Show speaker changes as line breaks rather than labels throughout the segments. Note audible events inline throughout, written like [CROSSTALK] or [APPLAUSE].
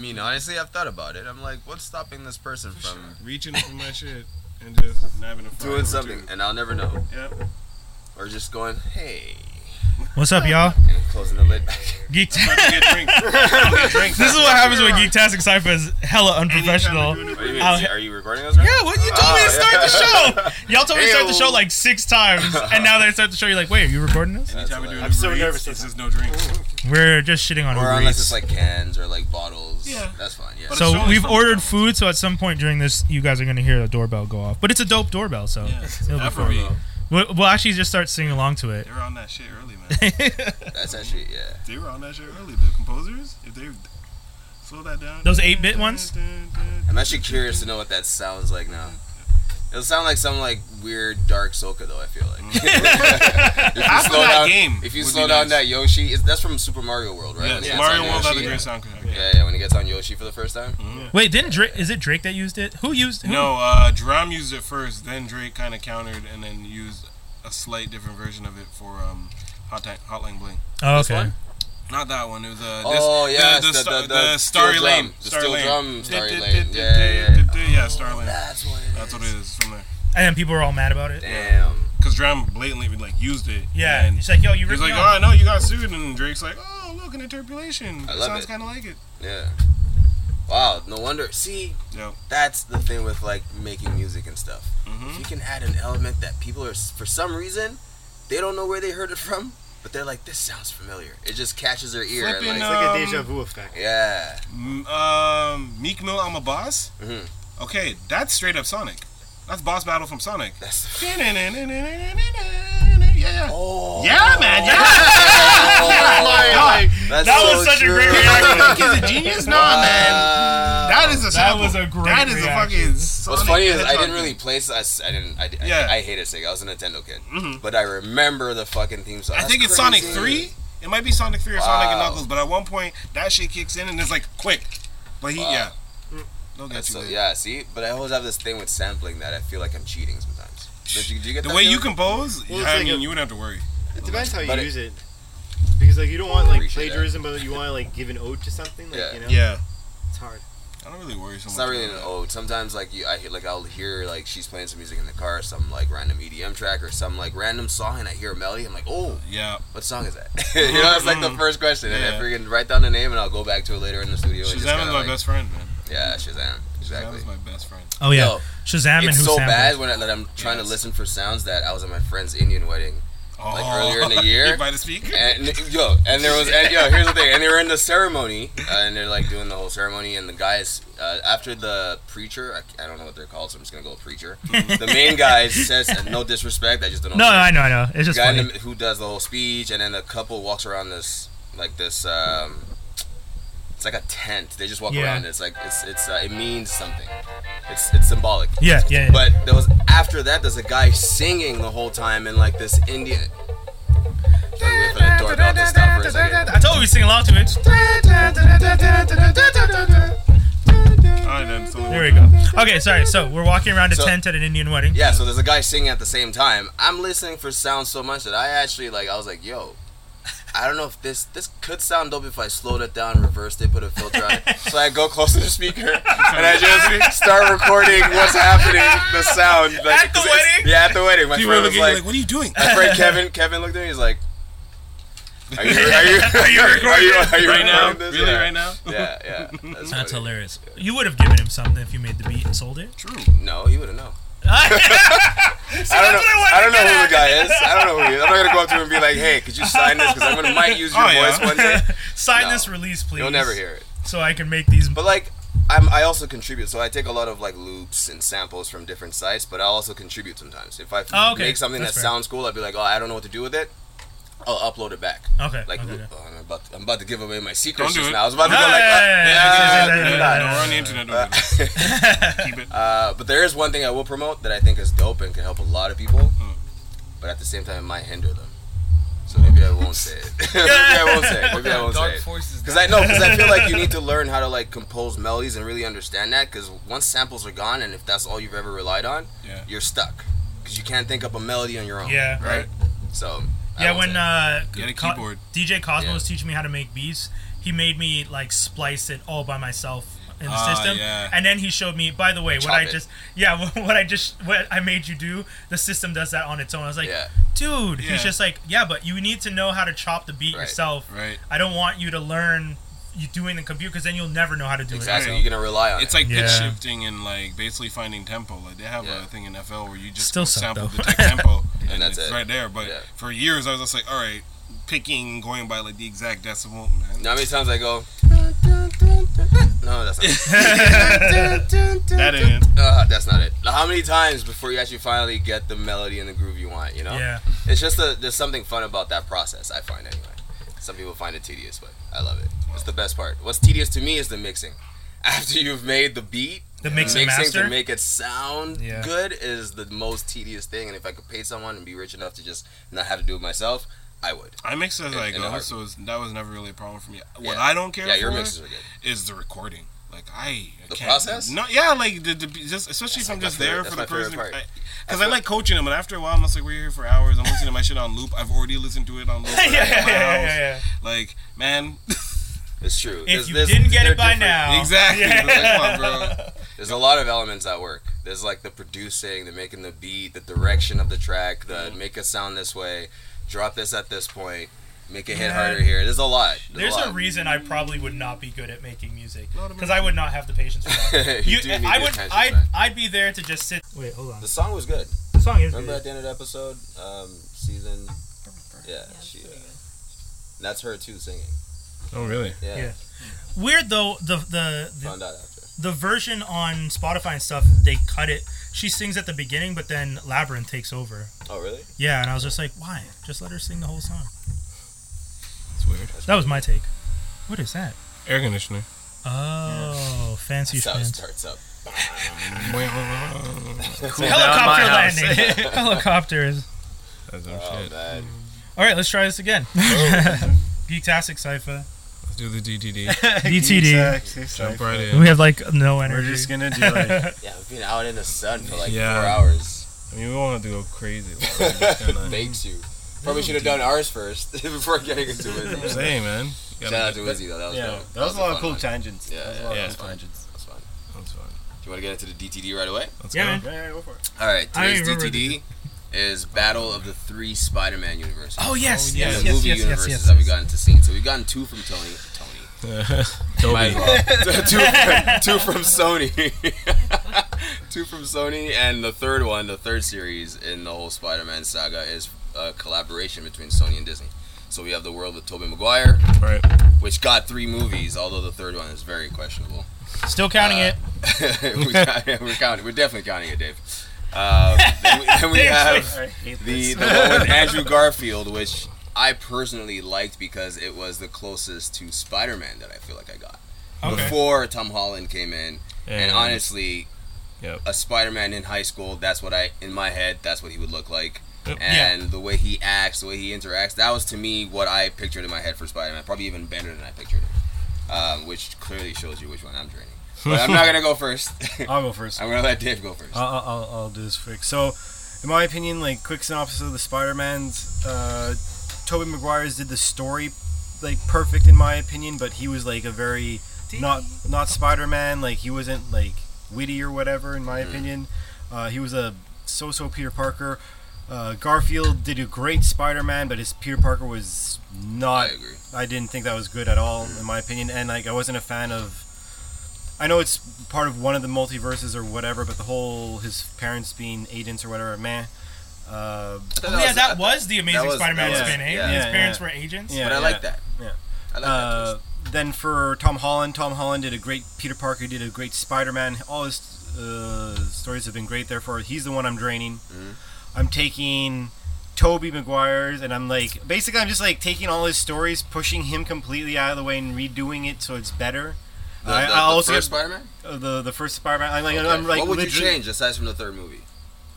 mean, honestly, I've thought about it. I'm like, what's stopping this person
For
from
sure. Reaching for my shit and just nabbing a fry
doing
or
something?
two.
And I'll never know.
Yep.
Or just going, hey,
What's up, y'all?
and closing the lid back.
Geek.
About to get
[LAUGHS]
drinks. Drinks.
[LAUGHS] this is what happens when Geektastic Cypher is hella unprofessional.
Anytime you're doing
What [LAUGHS] do you
it-
mean?
I'll-
Are you recording us right
Yeah, what you told me to
Oh,
start
yeah. [LAUGHS]
the show. Y'all told me to start the show
Ew.
like six times, and now that I start the show, you're like, wait, are you recording this?
That's
anytime we're doing
hilarious.
I'm so
Uber Eats,
nervous
It's
this
just no drinks.
We're just shitting on
Or
Uber
unless
Eats.
it's like cans or like bottles.
Yeah.
That's fine. Yeah.
But it's
so
showing
we've
something.
ordered food, so at some point during this, you guys are gonna hear a doorbell go off. But it's a dope doorbell, so
Yeah, it's
it'll be fun.
Afrobeat.
We'll, we'll actually just start singing along to it.
They
[LAUGHS]
were on that shit early, man.
That's actually yeah.
They were on that shit early. The composers, if they slow that down.
Those 8-bit ones?
I'm actually curious to know what that sounds like now. It'll sound like some like weird dark soca though. I feel like.
Mm. [LAUGHS]
[LAUGHS] if you
After that
down,
game
if you
would
slow
be
down
nice.
that Yoshi, it's, that's from Super Mario World, right?
Yeah,
When he gets
Mario
on
World had a
Yoshi,
great soundtrack.
Yeah. yeah, yeah. When he gets on Yoshi for the first time.
Wait, didn't Drake? Is it Drake that used it? Who used? Who?
No, uh, Drum used it first, then Drake kind of countered and then used a slight different version of it for um, Hotline, Hotline Bling.
Oh,
This
okay.
one?
Not that one. It was uh, this,
Oh yeah,
the, the,
the,
star-
the,
the Starry
steel
Lane.
drum, the
Starry
steel
Lane.
drum, Starry
Du- du-
Lane.
du-
Yeah, yeah, yeah.
du- du- Yeah, Starry Lane.
That's what it is.
That's what it is from there.
And then people were all mad about it.
Damn.
Because Drum blatantly like used it.
Yeah,
And
it's like, yo, you
he's
ripped
like,
me off.
oh no, you got sued, and Drake's like, oh look, an interpolation.
I
It
love
sounds
it.
kind of like it.
Yeah. Wow. No wonder. See,
Yep.
that's the thing with like making music and stuff. If
hmm
you can add an element that people are for some reason they don't know where they heard it from, but they're like, this sounds familiar. It just catches their ear. and,
Flippin'
like,
It's like a
Um,
deja vu effect.
Yeah.
M- um, Meek Mill, I'm a boss.
Mhm.
Okay, that's straight up Sonic. That's boss battle from Sonic.
[LAUGHS] That's.
Yeah, yeah.
Oh.
yeah, man. Yeah,
Like,
That's
That
so
was such a
true.
great reaction.
he's a genius. Nah, man.
Wow.
That is a
That
sample.
was a great
That is a
reaction.
fucking.
What's
Sonic
funny is I
Hedgehog
didn't really play. I, s- I didn't. I, I,
Yeah.
I hated Sega. I was a Nintendo kid,
Mhm.
but I remember the fucking theme song.
I
That's
think it's Sonic
crazy.
Three. It might be Sonic Three or Sonic and
Wow.
Knuckles, but at one point that shit kicks in and it's like quick. But he,
Wow.
yeah, they'll get
That's
you.
so,
there.
yeah, see, but I always have this thing with sampling that I feel like I'm cheating sometimes. Did you, do you get
The
that
way you
feeling?
compose,
Well, it's
I
like
mean,
a-
you wouldn't have to worry.
"Ah."
It depends how you
But it-
use it. Because like you don't want like
Appreciate that.
plagiarism, but you want to like give an ode to something. Like,
Yeah.
You know?
Yeah,
It's hard.
I don't really worry so much.
It's not really an
about that.
ode. Sometimes like you, I hear- like I'll hear like she's playing some music in the car, some like random EDM track or some like random song, and I hear a melody. I'm like, oh,
Yeah,
what song is that? [LAUGHS] you know, that's like the
Mhm.
first question, and
Yeah.
I freaking write down the name, and I'll go back to it later in the studio. and
Shazam is
just
my
kinda, like,
best friend, man.
Yeah, Shazam.
Shazam
Exactly.
is my best friend.
Oh yeah,
Yo,
Shazam and
it's
who
so
sampled
bad
it.
when I, that I'm trying
Yes.
to listen for sounds that I was at my friend's Indian wedding,
Oh.
Like, earlier in
[LAUGHS]
the year?
You by the
[LAUGHS]
speaker.
and yo, and there was and yo. Here's the thing, and they were in the ceremony, uh, and they're like doing the whole ceremony, and the guys uh, after the preacher, I, I don't know what they're called, so I'm just gonna go with
[LAUGHS]
preacher. the main guy says, and no disrespect, I just don't know.
No,
his
I
name.
know, I know. It's just
guy in
funny.
the, who does the whole speech, and then the couple walks around this like this. um It's like a tent. They just walk
Yeah.
around. It's like it's it's uh, it means something. It's it's symbolic.
Yeah, yeah, yeah.
But there was after that. There's a guy singing the whole time in like this Indian. Sorry, wait for the doorbell to stop for a second.
I told you we sing along to
[LAUGHS]
it.
Alright, then, so-
There we go. Okay, sorry. So we're walking around a
So-
tent at an Indian wedding.
Yeah, so there's a guy singing at the same time. I'm listening for sound so much that I actually like. I was like, yo. I don't know if this this could sound dope if I slowed it down, reversed it, put a filter on it. So I go close to the speaker and I just start recording what's happening, the sound.
At the
'cause it's-
wedding?
Yeah, at the wedding. My
You were
friend was
looking like,
like,
what are you
[LAUGHS]
doing?
my
[LAUGHS]
friend Kevin. Kevin looked at me. He's like, Are you are you
Are you recording
Are you, are you
right now?
recording this?
Really,
yeah.
right now?
Yeah, Oh,
[LAUGHS]
yeah. That's,
That's
funny.
hilarious. You would have given him something if you made the beat and sold it. [LAUGHS]
True.
No, he wouldn't know.
See,
I don't know.
that's what
I,
wanted
don't
to
know
get
who
at.
the guy is.
[LAUGHS]
I don't know who he is. I'm not gonna go up to him and be like, "Hey, could you sign this? Because I'm gonna might use your
Oh, yeah.
voice one
[LAUGHS]
day."
Sign
No.
this release, please.
You'll never hear it.
So I can make these.
But like, I'm I also contribute. So I take a lot of like loops and samples from different sites, but I also contribute sometimes. If I
Oh, okay.
make something
That's
that
fair.
sounds cool, I'd be like, "Oh, I don't know what to do with it." I'll upload it back.
Okay.
Like
okay,
loop-
okay.
oh, I'm, about to, I'm about to give away my
Don't
secrets
do
just
it.
now. I was about to go
No,
like,
yeah, yeah, yeah,
"Ah,
yeah, yeah, yeah,
No,
yeah, yeah.
we're on the internet. Don't do
yeah, [LAUGHS] yeah."
that. Keep it.
Uh, but there is one thing I will promote that I think is dope and can help a lot of people,
Hmm.
Mm.
but at the same time it might hinder them. So maybe I won't say it. [LAUGHS] maybe I won't say it. Maybe I won't say
Dark
it.
forces.
Because I know, because I feel
[LAUGHS]
like you need to learn how to like compose melodies and really understand that. Because once samples are gone, and if that's all you've ever relied on,
Yeah.
you're stuck. Because you can't think up a melody on your own.
Yeah.
Right.
So. I
Yeah,
won't
when
say it.
uh,
Get a
Co-
keyboard.
DJ Cosmo
Yeah.
was teaching me how to make beats, he made me like splice it all by myself in the
Ah,
system,
yeah.
and then he showed me. By the way,
Chop
what I
it.
just yeah, [LAUGHS] what I just what I made you do, the system does that on its own. I was like,
Yeah.
dude,
Yeah.
he's just like, yeah, but you need to know how to chop the beat
Right.
yourself.
Right.
I don't want you to learn you doing the computer because then you'll never know how to do
Exactly.
Right.
You're gonna rely on
It's
it.
like pitch
Yeah.
shifting and like basically finding tempo. Like they have
Yeah.
a thing in FL where you just
Still
go
suck,
sample
though.
detect tempo,
[LAUGHS]
and,
that's
it's
it.
right there. But
Yeah.
for years, I was just like, all right, picking, going by like the exact decimal. Man,
You know how many times I go? No,
[LAUGHS]
that's not.
it.
that ain't.
Uh, that's not it. How many times before you actually finally get the melody and the groove you want? You know,
yeah.
it's just a, there's something fun about that process. I find anyway. Some people find it tedious, but I love it. It's the best part. What's tedious to me is the mixing. [LAUGHS] After you've made the beat,
The mix and master?
to make it sound
Yeah.
good is the most tedious thing. And if I could pay someone and be rich enough to just not have to do it myself, I would.
I mix it as
In-
I
in a
go,
heartbeat.
so it's, that was never really a problem for me. What
Yeah.
I don't care
yeah, your
for
mixes are good.
is the recording. Like I, I
The
can't,
process?
No, yeah, like the, the just especially if
That's
I'm
like my
just
favorite-
there
that's
for
my
the
favorite
person.
part.
Because I, like coaching them, and after a while, I'm just like, we're here for hours. I'm listening to my shit on loop. I've already listened to it
[LAUGHS]
on loop.
[LAUGHS] yeah, yeah,
at my
yeah, yeah,
house.
yeah.
Like, man,
It's true.
If you didn't get
they're
it by
different.
now,
Exactly.
Yeah.
Like, come on, bro.
There's a lot of elements at work. There's like the producing, the making the beat, the direction of the track, the
Mm-hmm.
make it sound this way, drop this at this point, make it hit
Yeah.
harder here. There's a lot.
There's
lot. [LAUGHS]
a reason I probably would not be good at making music
Not a
[LAUGHS] because I would not have the patience for that.
You
You-
do need
I
the
would,
attention
I'd,
span.
I'd be there to just sit. Wait, hold on.
The song was good.
The song is
Remember at
good.
the end of the episode, um, season. Yeah, she. Uh, that's her too singing.
Oh, really?
Yeah,
Yeah. Weird though, the the, the
found out after.
the version on Spotify and stuff, they cut it. She sings at the beginning, but then Labyrinth takes over.
Oh really?
Yeah, and I was just like, why? Just let her sing the whole song.
It's weird.
That was my take. What is that?
Air conditioner.
Oh, fancy
That's how it [LAUGHS]
schmancy.
starts up.
Helicopter
[LAUGHS]
landing. Helicopters.
That's
Oh man.
All right, let's try this again. [LAUGHS] Geektastic Cypher.
Let's do the
[LAUGHS]
DTD.
DTD.
Jump right in.
We have like no
We're
energy.
just gonna do [LAUGHS] like
Yeah, we've been out in the sun for like
Yeah.
four hours.
I mean, we won't have to go crazy. Like,
[LAUGHS]
we're just gonna-
Bakes you. Probably should have done ours first [LAUGHS] before getting into it.
Say, man. You
Shout
gotta
out
do-
to Izzy though. That was
yeah.
dope.
That was a lot of
fun
cool
one.
tangents.
Yeah,
that was a
yeah,
lot
yeah,
of
it's
cool
fine.
tangents.
That's fun.
That's fine.
Do you want to get into the DTD right away?
Let's
Yeah,
go.
man.
Yeah, yeah, go for it.
All right.
I don't
Today's
even remember
DTD is Battle of the Three Spider-Man universes.
[LAUGHS] Oh yes,
Oh,
yes,
the
yes,
movie
yes, yes,
universes
yes.
that we've gotten to see. So we've gotten two from Tony. Tony. Might as
[LAUGHS] Toby.
well. [LAUGHS] two, from, two from Sony. [LAUGHS] two from Sony, and the third one, the third series in the whole Spider-Man saga, is a collaboration between Sony and Disney. So we have the world with Tobey Maguire,
Right.
which got three movies, although the third one is very questionable. [LAUGHS]
Still counting
Uh,
it.
we count- we're counting. We're definitely counting it, Dave. Um, then we, then we have
I hate
the
this.
the one with Andrew Garfield, which I personally liked because it was the closest to Spider-Man that I feel like I got
Okay.
before Tom Holland came in. And, honestly,
Yep.
a Spider-Man in high school, that's what I in my head, that's what he would look like.
Yep.
And the way he acts, the way he interacts, that was to me what I pictured in my head for Spider-Man. Probably even better than I pictured it, um, which clearly shows you which one I'm draining. But I'm not gonna go first. [LAUGHS]
I'll go first.
I'm gonna let Dave go first.
Uh,
I'll, I'll, I'll- I'll do this quick. So, in my opinion, like quick synopsis of the Spider-Man's, uh, Tobey Maguire's did the story like perfect in my opinion, but he was like a very not not Spider-Man. Like he wasn't like witty or whatever in my
Mm-hmm.
opinion. Uh, he was a so-so Peter Parker. Uh, Garfield did a great Spider-Man, but his Peter Parker was
I
not
agree.
I didn't think that was good at all, in my opinion. And like, I wasn't a fan of. I know it's part of one of the multiverses or whatever, but the whole his parents being agents or whatever, man. Uh,
Oh, yeah, that was the Amazing
that was-
Spider-Man
that
was-
spin, eh?
yeah.
His
Yeah,
parents
yeah.
were agents.
yeah,
but I
yeah.
like that.
yeah.
I like that.
Uh,
twist.
then for Tom Holland, Tom Holland did a great Peter Parker, did a great Spider-Man. All his uh, stories have been great. Therefore, he's the one I'm draining.
Mhm.
I'm taking Toby Maguire's, and I'm like, basically, I'm just like taking all his stories, pushing him completely out of the way, and redoing it so it's better.
The,
I,
the-
I
the
also
first Spider-Man.
uh, the the first Spider-Man. I'm like,
Okay.
I'm like
what would you
literally-
change aside from the third movie?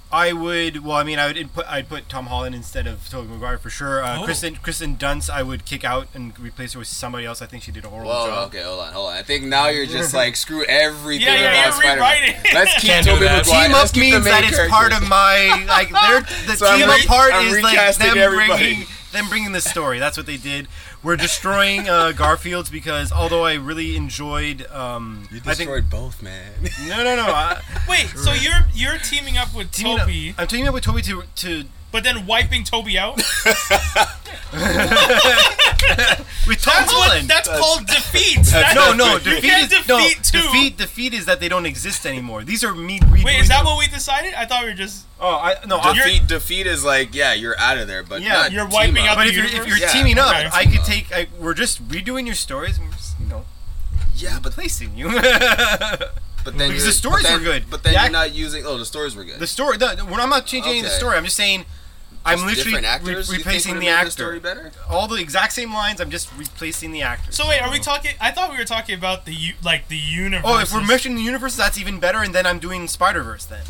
I would. Well, I mean, I would put. I'd put Tom Holland instead of Tobey Maguire for sure. Uh,
Oh.
Kristen Kristen Dunst, I would kick out and replace her with somebody else. I think she did a horrible
Well,
job.
okay, hold on, hold on. I think now you're just like
[LAUGHS]
screw everything
Yeah,
about
yeah, you're
Spider-Man.
rewriting.
[LAUGHS] Let's keep
Can't do
Tobey
that.
Maguire.
Team up
let's keep the
means
main
that it's part of
characters. [LAUGHS]
my like. They're, the
So I'm
team
re-
apart
I'm
is like
recasting
them
everybody.
bringing them bringing the story. That's what they did. We're destroying
[LAUGHS]
uh, Garfield's because although I really enjoyed, um,
You
I think
destroyed both, man.
[LAUGHS] no, no, no.
[LAUGHS]
I,
Wait, so you're you're teaming up with
teaming up-
Toby,
I'm teaming up with Toby to to
but then wiping Toby out?
with Tom
That's what.
Holland.
That's
[LAUGHS]
called defeat. That's- [LAUGHS]
no, no,
what you-
defeat
You
is
can't
no
defeat two.
defeat. Defeat is that they don't exist anymore. These are me.
Wait, is that what we decided? I thought we were just.
Oh, I no. I-
defeat, defeat is like, yeah, you're out of there, but
Yeah,
not
you're
team
wiping
up.
out-
but if you're if you're
Yeah,
teaming up,
okay.
I could take. I, we're just redoing your stories. And we're just, you know,
Yeah, but
placing you. [LAUGHS] the
but then
Because
you're-
the stories
but then-
were good.
But then
Yeah.
you're not using. Oh, the stories were good.
story. The, we're- I'm not changing any of the
Okay.
story. I'm just saying. I'm
Just
literally
different actors. You think
re- replacing
would've
the
made
actor.
story better.
All the exact same lines. I'm just replacing the actor.
So wait, are we talking? I thought we were talking about the u- like the universe.
Oh, if we're meshing the universe, that's even better. And then I'm doing Spider Verse. Then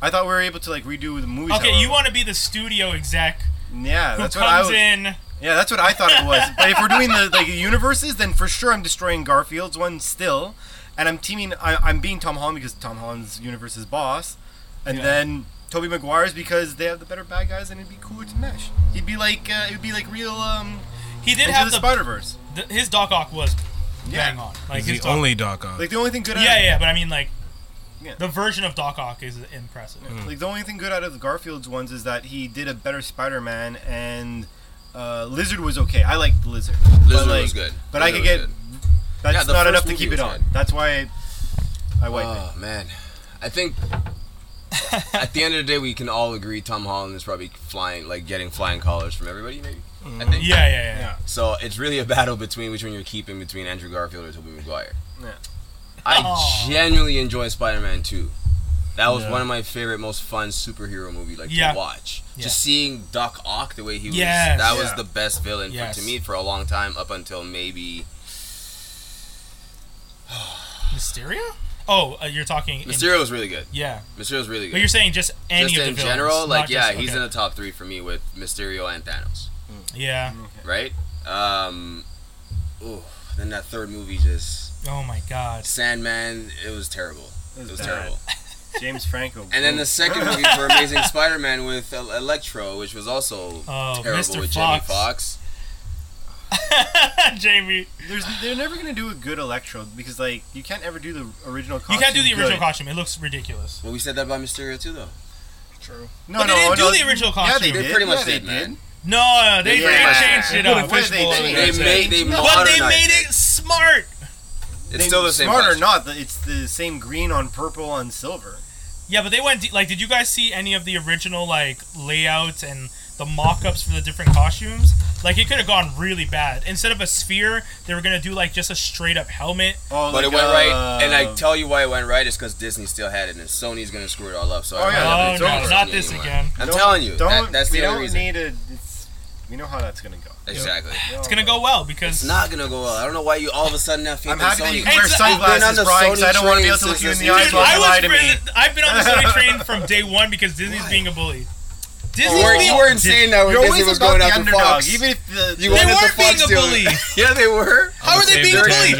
I thought we were able to like redo the movies.
Okay, you
however.
want to be the studio exec
Yeah,
who
that's what I
comes
was.
in.
Yeah, that's what I thought it was. but if we're doing the like universes, then for sure I'm destroying Garfield's one still, and I'm teaming. I, I'm being Tom Holland because Tom Holland's universe is boss, and
Yeah.
then Toby Maguire's because they have the better bad guys, and it'd be cooler to mesh. He'd be like uh, it would be like real um
He did
into
have
the
the,
Spider Verse.
the his Doc Ock was
Yeah,
bang on. Like his
He's the
Doc,
only Doc Ock.
like the only thing good. Out
yeah,
of,
yeah, but I mean like
Yeah.
the version of Doc Ock is impressive.
Hmm.
Like the only thing good out of the Garfield's ones is that he did a better Spider Man, and uh, Lizard was okay. I liked Lizard. But,
Lizard
like,
was good.
But I
Lizard
could
was
get.
good.
That's
Yeah, the
not
first
enough to
movie
keep it
was
on.
good.
That's why I, I wiped it.
Oh man, I
[LAUGHS]
think at the end of the day we can all agree Tom Holland is probably flying, like getting flying collars from everybody. Maybe I think.
Mm-hmm. Yeah, yeah, yeah.
Yeah.
So it's really a battle between which one you're keeping between Andrew Garfield or Tobey Maguire.
Yeah.
I
Aw.
genuinely enjoy Spider-Man 2. That was
Yeah.
one of my favorite, most fun superhero movie like
Yeah.
to watch.
Yeah.
Just seeing Doc Ock the way he was,
Yes.
that was
Yeah.
the best villain
Yes.
for, to me for a long time up until maybe
Mysterio? Oh, uh, you're talking in-
Mysterio was really good.
yeah,
Mysterio was really
but
good.
you're saying just any
Just
of the
in
villains,
general,
not
like yeah,
just-
he's
okay.
in the top three for me with Mysterio and Thanos.
yeah.
right? Um, ooh, then that third movie just
Oh my God. [LAUGHS]
Sandman. It was terrible. It was
bad.
terrible.
[LAUGHS] James Franco.
And then the
[LAUGHS]
second movie for Amazing Spider-Man with El- Electro, which was also
Oh,
terrible
Mr.
with
Fox.
Jamie Fox.
Jamie,
There's, they're never gonna do a good Electro because like you can't ever do the original. Costume
you can't do the original
good.
costume. It looks ridiculous.
Well, we said that about Mysterio too, though.
No,
But they
no,
didn't do
no.
the original
Yeah,
costume.
they
They
did.
pretty much
yeah, they
did, man.
No, no, they,
They
they
did.
changed it
What
up.
did
Fishbowl.
They
they change?
made they
But they
modernized
made
it.
it smart.
It's still the same.
Smart or
costume.
not, the- it's the same green on purple on silver.
Yeah, but they went de- like. Did you guys see any of the original like layouts and the mock-ups for the different costumes? Like it could have gone really bad. Instead of a sphere, they were gonna do like just a straight up helmet.
Oh,
But
like,
it went
uh,
right, and I tell you why it went right is because Disney still had it, and Sony's gonna screw it all up. So
Oh,
I
yeah,
oh
it's
no,
over.
not this again.
I'm
don't-
telling you,
Don't.
that, that's
we
the
don't
only reason.
need a. It's, we know how that's gonna go.
Exactly,
It's gonna go well because
it's not gonna go well. I don't know why you all of a sudden have faith
I'm
in
happy that
Sony.
you can wear
It's- I've
been on
sunglasses,
the
Brian, because I
Sony
don't want to be
train
able to look you in
since
the
this
eyes
Dude,
while
I
you lie
was
to
been,
me.
I've been on the Sony train
[LAUGHS]
from day one because Disney's being a bully. Disney's
You weren't,
being
you weren't saying that when
You're
Disney
always
was
about
going
the
after
underdog,
Fox.
even if the.
you
They
wanted the
weren't
Fox
being a
deal. [LAUGHS]
bully.
yeah, they were.
How are they being a bully?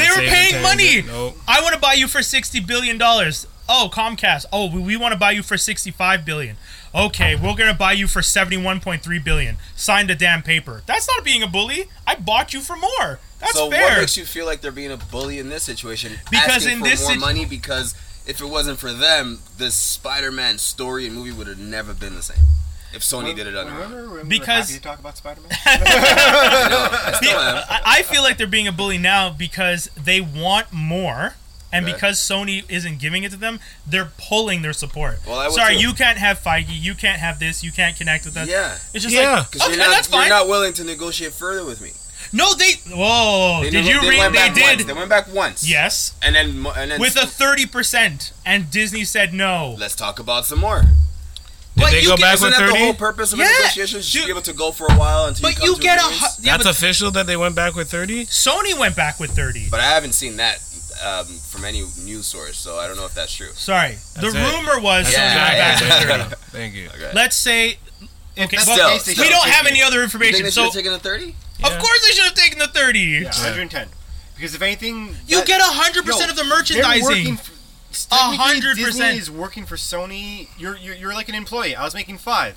They were paying money.
No,
I want to buy you for sixty billion dollars. Oh, Comcast. Oh, we, we want to buy you for sixty-five billion. Okay, we're gonna buy you for seventy-one point three billion. Sign the damn paper. That's not being a bully. I bought you for more. That's
so
fair.
what makes you feel like they're being a bully in this situation?
Because
Asking
in
for
this
more
situ-
money because if it wasn't for them, this Spider-Man story and movie would have never been the same. If Sony did it on their own,
Remember, remember
Because-
happy to talk about
[LAUGHS]
Spider-Man.
I know, I still am.
I, I feel like they're being a bully now because they want more. And
Okay.
because Sony isn't giving it to them, they're pulling their support.
Well, I would
Sorry,
too.
you can't have Feige. You can't have this. You can't connect with us.
Yeah,
It's just
Yeah.
like,
because
okay,
you're not
that's fine.
you're not willing to negotiate further with me.
no, they. Whoa.
They
did
nego-
you
they
read?
Went
They
back
did.
Once. They went back once.
yes.
and then mo- and then
with a 30%. And Disney said no.
Let's talk about some more.
did
But
they
you
go
get-
back
isn't
with
that the whole
thirty?
purpose of
Yeah,
a negotiation? Is to
shoot.
be able to go for a while until
But
you,
you
come to
get a.
agreements?
hu- Yeah,
That's
but
official that they went back with thirty.
Sony went back with 30.
But I haven't seen that um, from any news source, so I don't know if that's true.
Sorry.
That's
the
it.
rumor was
That's
Sony
it.
went back
Yeah, [LAUGHS]
with
yeah.
30.
Thank you.
Let's say. Okay,
that's
well,
the
case,
case,
they
we
should
don't
take
have
it.
any other
You think
information,
they
so
should
of
have taken a thirty?
Yeah.
course they should have taken the 30.
Yeah, 110. Because if anything,
You
that-
get 100%
Yo,
of the
They're working
merchandising.
for- technically,
100%.
Disney is working for Sony. You're, you're you're like an employee. I was making five.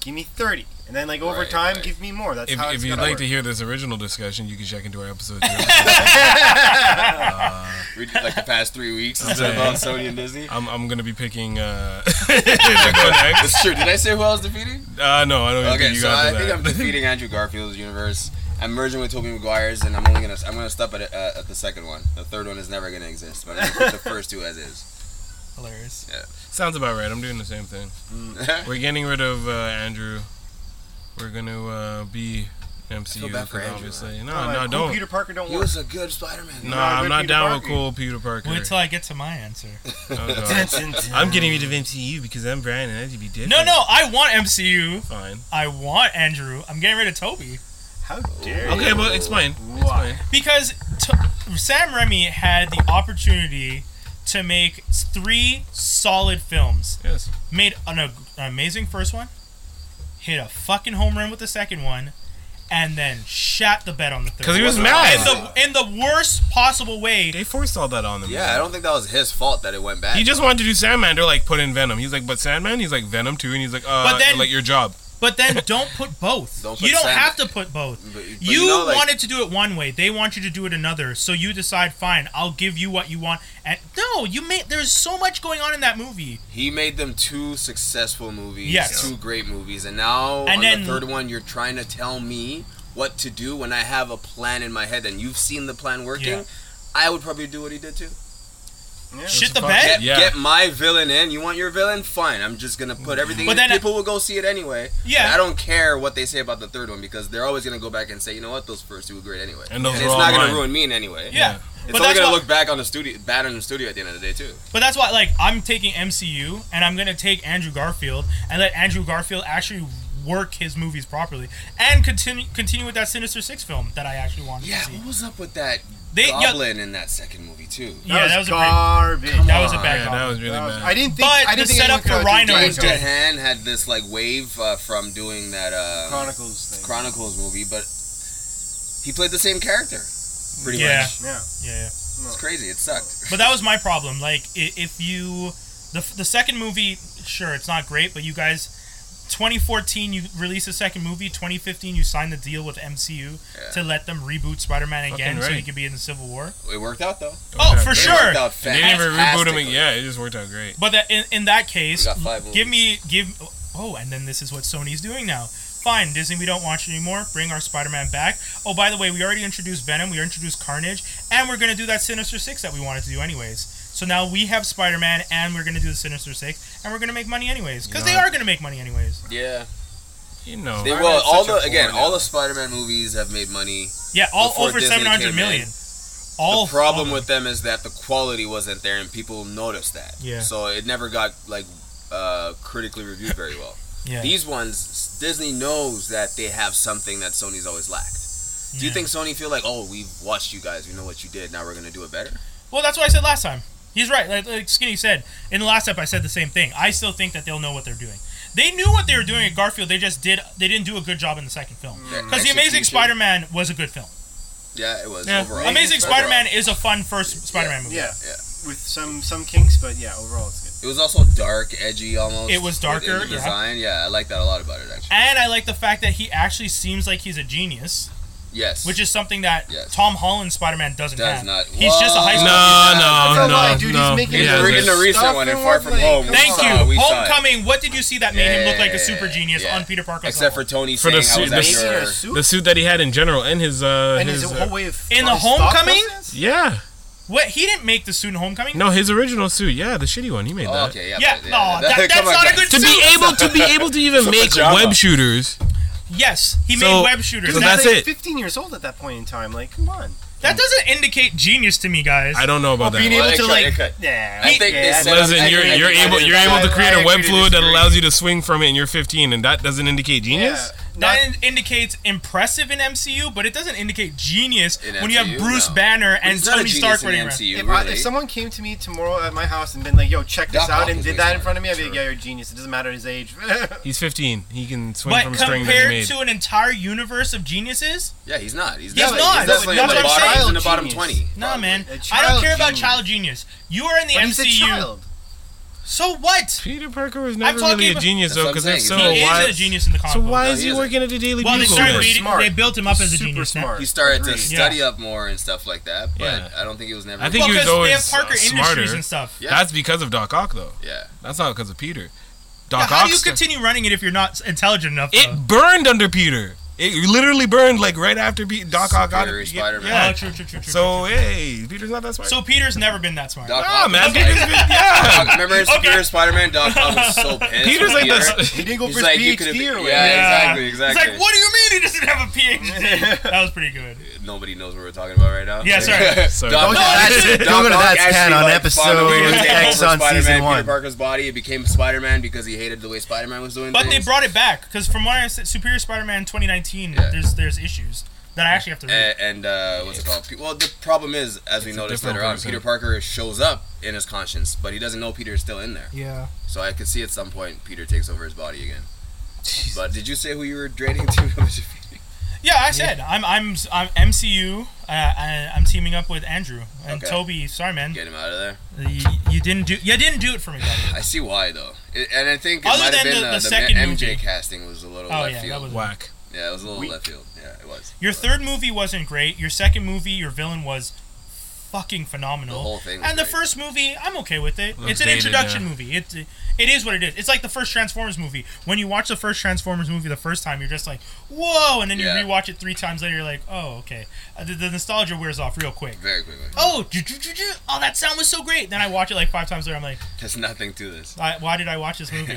Give me thirty. and then like over
Right,
time,
right.
give me more. That's
If,
how it's
if you'd
gotta
like
work.
to hear this original discussion, you can check into our episode. Two.
We did like the past three
[LAUGHS]
weeks is about Sony and Disney.
I'm, I'm gonna be picking. Uh, [LAUGHS] to go next.
It's true. Did I say who I was defeating?
Uh, no, I don't. even
Okay,
think you
so
got
I
to
think
that.
I'm defeating Andrew Garfield's universe. I'm merging with Tobey Maguire's, and I'm only gonna I'm gonna stop at uh, at the second one. The third one is never gonna exist, but I'm gonna keep
[LAUGHS]
the first two as is. [LAUGHS]
Hilarious.
Sounds about right. I'm doing the same thing. We're getting rid of uh, Andrew. We're gonna uh, be MCU.
feel bad for
'cause
Andrew,
obviously, no,
Uh,
no,
cool
don't.
Peter Parker don't
he
work.
was a good Spider-Man.
no,
not a
I'm
good
not
Peter
down with
Parker.
cool Peter Parker.
Wait till I get to my answer.
Oh, God.
Dun, dun, dun.
I'm getting rid of MCU because I'm Brian and I should be different.
No, no, I want MCU.
Fine.
I want Andrew. I'm getting rid of Toby
How dare you?
Okay, well, explain.
Why?
Explain.
because to- Sam Raimi had the opportunity to make three solid films.
Yes.
Made an, a- an amazing first one, hit a fucking home run with the second one, and then shat the bed on the third.
Because he was
Wasn't
mad.
in the in the worst possible way.
they forced all that on him.
Yeah, I don't think that was his fault that it went bad.
He just wanted to do Sandman. They're like, put in Venom. He's like, but Sandman. He's like, Venom too. And he's like, uh,
But then-
like your job.
But then don't put both.
Don't
you
put
don't
Sam-
have to put both.
But- but
you
you know, like-
wanted to do it one way. They want you to do it another. So you decide, fine, I'll give you what you want. And no, you made there's so much going on in that movie.
he made them two successful movies,
Yes.
two great movies, and now
And
on
then-
the third one, you're trying to tell me what to do when I have a plan in my head and you've seen the plan working.
Yeah.
I would probably do what he did too.
Shit the
fuck-
bed.
Get,
Yeah.
get my villain in. You want your villain? Fine. I'm just gonna put everything.
But
in.
then-
people will go see it anyway.
Yeah.
And I don't care what they say about the third one because they're always gonna go back and say, you know what, those first two were great anyway.
And those
it's
were all
not gonna
mine.
ruin me in anyway.
Yeah.
It's
But
only
that's
gonna
why,
look back on the studio, bad on the studio at the end of the day too.
but that's why, like, I'm taking MCU and I'm gonna take Andrew Garfield and let Andrew Garfield actually work his movies properly and continue continue with that Sinister Six film that I actually wanted
Yeah.
to see.
What was up with that
They- yeah.
goblin in that second movie too?
That
yeah, that was
was
a great,
garbage.
that was a bad
Yeah,
call.
that was really
That was-
bad.
I didn't
But
think. I
the
didn't think
setup
anyone
for
could outdo
Rhino
James
James
was
Gunn.
Dehan had this like wave uh, from doing that uh,
Chronicles thing.
Chronicles movie, but he played the same character. Pretty
Yeah.
much.
Yeah.
yeah. yeah.
It's crazy. It sucked.
But that was my problem. Like, i- if you, the, f- the second movie, sure, it's not great, but you guys, 2014, you released the second movie. 2015, you signed the deal with MCU
Yeah.
to let them reboot Spider Man again
Fucking
so he
right.
could be in the Civil War.
It worked out though.
Oh,
yeah,
for
they
It worked
sure.
out
They didn't even reboot him.
fantastically.
Yeah, it just worked out great.
But that in, in that case,
We got five
give me give. Oh, and then this is what Sony's doing now. Fine, Disney, we don't want you anymore. Bring our Spider-Man back. Oh, by the way, we already introduced Venom. We introduced Carnage, and we're gonna do that Sinister Six that we wanted to do anyways. So now we have Spider-Man, and we're gonna do the Sinister Six, and we're gonna make money anyways, because they
Yeah.
are gonna make money anyways.
Yeah.
You know.
They,
Spider-Man's
well, all
such a
the again,
foreigner.
all the Spider-Man movies have made money.
Yeah, all
Before
over
Disney
seven hundred
came
million.
in,
All
the problem
all-
with them is that the quality wasn't there, and people noticed that.
Yeah.
So it never got like uh, critically reviewed very well.
yeah.
These ones, Disney knows that they have something that Sony's always lacked. Do you
Yeah.
think Sony feel like, oh, we've watched you guys, we know what you did, now we're gonna do it better?
Well, that's what I said last time. He's right. Like, like Skinny said in the last step, I said the same thing. I still think that they'll know what they're doing. They knew what they were doing at Garfield. They just did. They didn't do a good job in the second film. Because the
Mm.
Amazing
Execution.
Spider-Man was a good film.
Yeah, it was
Yeah.
overall.
Amazing
Overall.
Spider-Man is a fun first Spider-Man movie.
Yeah.
Yeah.
With some some kinks, but yeah, overall it's good.
It was also dark, edgy, almost.
It was
within
darker,
the
yeah.
Design, yeah. I like that a lot about it actually.
And I like the fact that he actually seems like he's a genius,
Yes.
which is something that
Yes.
Tom Holland's Spider-Man doesn't
Does
have.
not.
He's just a high
Whoa.
no,
school.
no,
Come
no,
on, dude, he's
no.
making
Yeah,
He's
there's
reading the recent
stuff
one in
in
Far
one
From
place.
Home.
Come
We
Thank
saw
you.
it, we saw it.
Homecoming. What did you see that made him look like a
Yeah,
super genius
yeah.
on Peter Parker's
Except for
level?
Tony
For
saying
the
I was
suit- the
at
Making
Sure.
a
your
suit
The suit that he had in general and his uh
and
his,
his
uh,
whole way of
in the
his thought
Homecoming?
process?
yeah
what he didn't make the student Homecoming.
no his original suit yeah the shitty one he made
Oh,
that
okay, yeah.
Yeah,
but-
no, that-
[LAUGHS]
that's
come on,
not a
guys.
good
to be
Suits.
able to be able to even
a
make
pajama.
web shooters
Yes, he
So-
made web shooters.
Dude,
So
he's
that,
that's
like
it.
15 years old at that point in time. Like, come on.
that doesn't indicate genius to me, guys.
I don't know about
being
that
able
Well, it
to
cut-
like,
it cut.
yeah.
I think they
yeah,
said- I
Listen, you're
agree-
you're
I agree
able
to
you're able to
disagree.
create
I
a web
agree to
fluid that
disagree.
allows you to swing from it and you're 15 and that doesn't indicate
yeah.
genius.
Not-
That in- indicates impressive in MCU, but it doesn't indicate genius
In
when you have
MCU,
Bruce
no.
Banner
But
and
he's not a
Tony Stark
genius in
running
the
around.
MCU,
If, I-
really.
if someone came to me tomorrow at my house and been like, "Yo, check this
Doc
out,"
Ock
and
is
did
way
that in
smarter,
front of me, I'd be like,
sure.
"Yeah, you're a genius. It doesn't matter his age." [LAUGHS]
He's 15. He can swing
But
from a string that he
compared
made.
to an entire universe of geniuses,
Yeah, he's not. He's,
He's
definitely-
not.
He's definitely
That's
in the
what I'm
bottom,
saying.
he's in the bottom
Genius.
twenty.
nah,
probably.
man.
A
I don't
child
care about
genius.
child genius. You are in the
but he's a
MCU.
child.
So what?
Peter Parker was never
talking
really a
about-
genius though, because
That's what I'm
if so,
saying.
he
why?
is a genius in the comic
So
book.
why
No,
is
he
he
is.
working at the Daily
Well, they
Bugle?
started
then?
reading-
Smart.
They built him up
He's
as a
super
genius. now.
smart.
He started to
Agreed.
study up more and stuff like that, but
Yeah.
I don't think he was never.
I think
Well,
he was
'cause they have
always
Parker
uh,
Industries
smarter.
and stuff.
Yeah.
That's because of Doc Ock though.
yeah,
That's not because of Peter. Doc
Yeah,
Ock.
how do you
stuff-
continue running it if you're not intelligent enough?
It
though?
burned under Peter. It literally burned like right after Pe- Doc Ock got
Superior
it.
Spider-Man.
Oh,
Yeah.
true, true, true, true.
So hey, Peter's not that smart.
so Peter's never been that smart.
Doc
nah,
Ock
man.
was like-
Peter's been- [LAUGHS] yeah.
Doc- remember in
Okay.
Superior Spider-Man, Doc Ock was so pissed.
Peter's like
with Peter.
the.
He didn't go
He's
for his
like, you could
PhD or
have,
whatever.
yeah, exactly, exactly.
It's like, what do you mean he doesn't have a
[LAUGHS]
PhD? that was pretty good.
Nobody knows what we're talking about right now. [LAUGHS]
Yeah, sorry.
Sorry.
Doc Ock
Don't do that.
actually-
Don't
Doc
go to
Ock
That's
actually,
Cat on
like,
episode
found a way to take
X
over
on
Spider-Man,
season
Peter
one.
Parker's body. It became Spider-Man because he hated the way Spider-Man was doing
But they
things.
brought it back because from what I said, Superior Spider-Man 2019,
Yeah.
there's there's issues that I actually have to read.
A- and uh, what's it called? Pe- Well, the problem is, as we
It's a
noticed
different
later on,
person.
Peter Parker shows up in his conscience, but he doesn't know Peter is still in there.
yeah.
So I could see at some point Peter takes over his body again. But did you say who you were draining to? [LAUGHS]
Yeah, I said I'm I'm I'm MCU. Uh, I, I'm teaming up with Andrew and
Okay.
Toby. Sorry, man,
Get him out of there.
you, you didn't do you didn't do it for me. buddy.
I see why though, It- and I think it
Other
might have
than
been
the-
uh,
the
the,
second
M- MJ
movie.
casting was a little
Oh,
left
yeah, that
field.
[LAUGHS]
was-
Whack.
yeah, it was a little
Weak.
left field. Yeah, it was.
Your
But
third movie wasn't great. Your second movie, your villain was fucking
The
phenomenal.
whole thing. Was
And the
great.
first movie, I'm okay with it.
Looks
it's an
dated,
introduction
yeah.
movie. It it is what it is. It's like the first Transformers movie. When you watch the first Transformers movie the first time, you're just like, whoa, and then you
Yeah.
rewatch it three times later, you're like, oh, okay. Uh, The, the nostalgia wears off real quick.
Very quickly.
Oh, ju- ju- ju- ju- oh, that sound was so great. Then I watch it like five times later. I'm like,
There's nothing to this.
I, why did I watch this [LAUGHS] movie?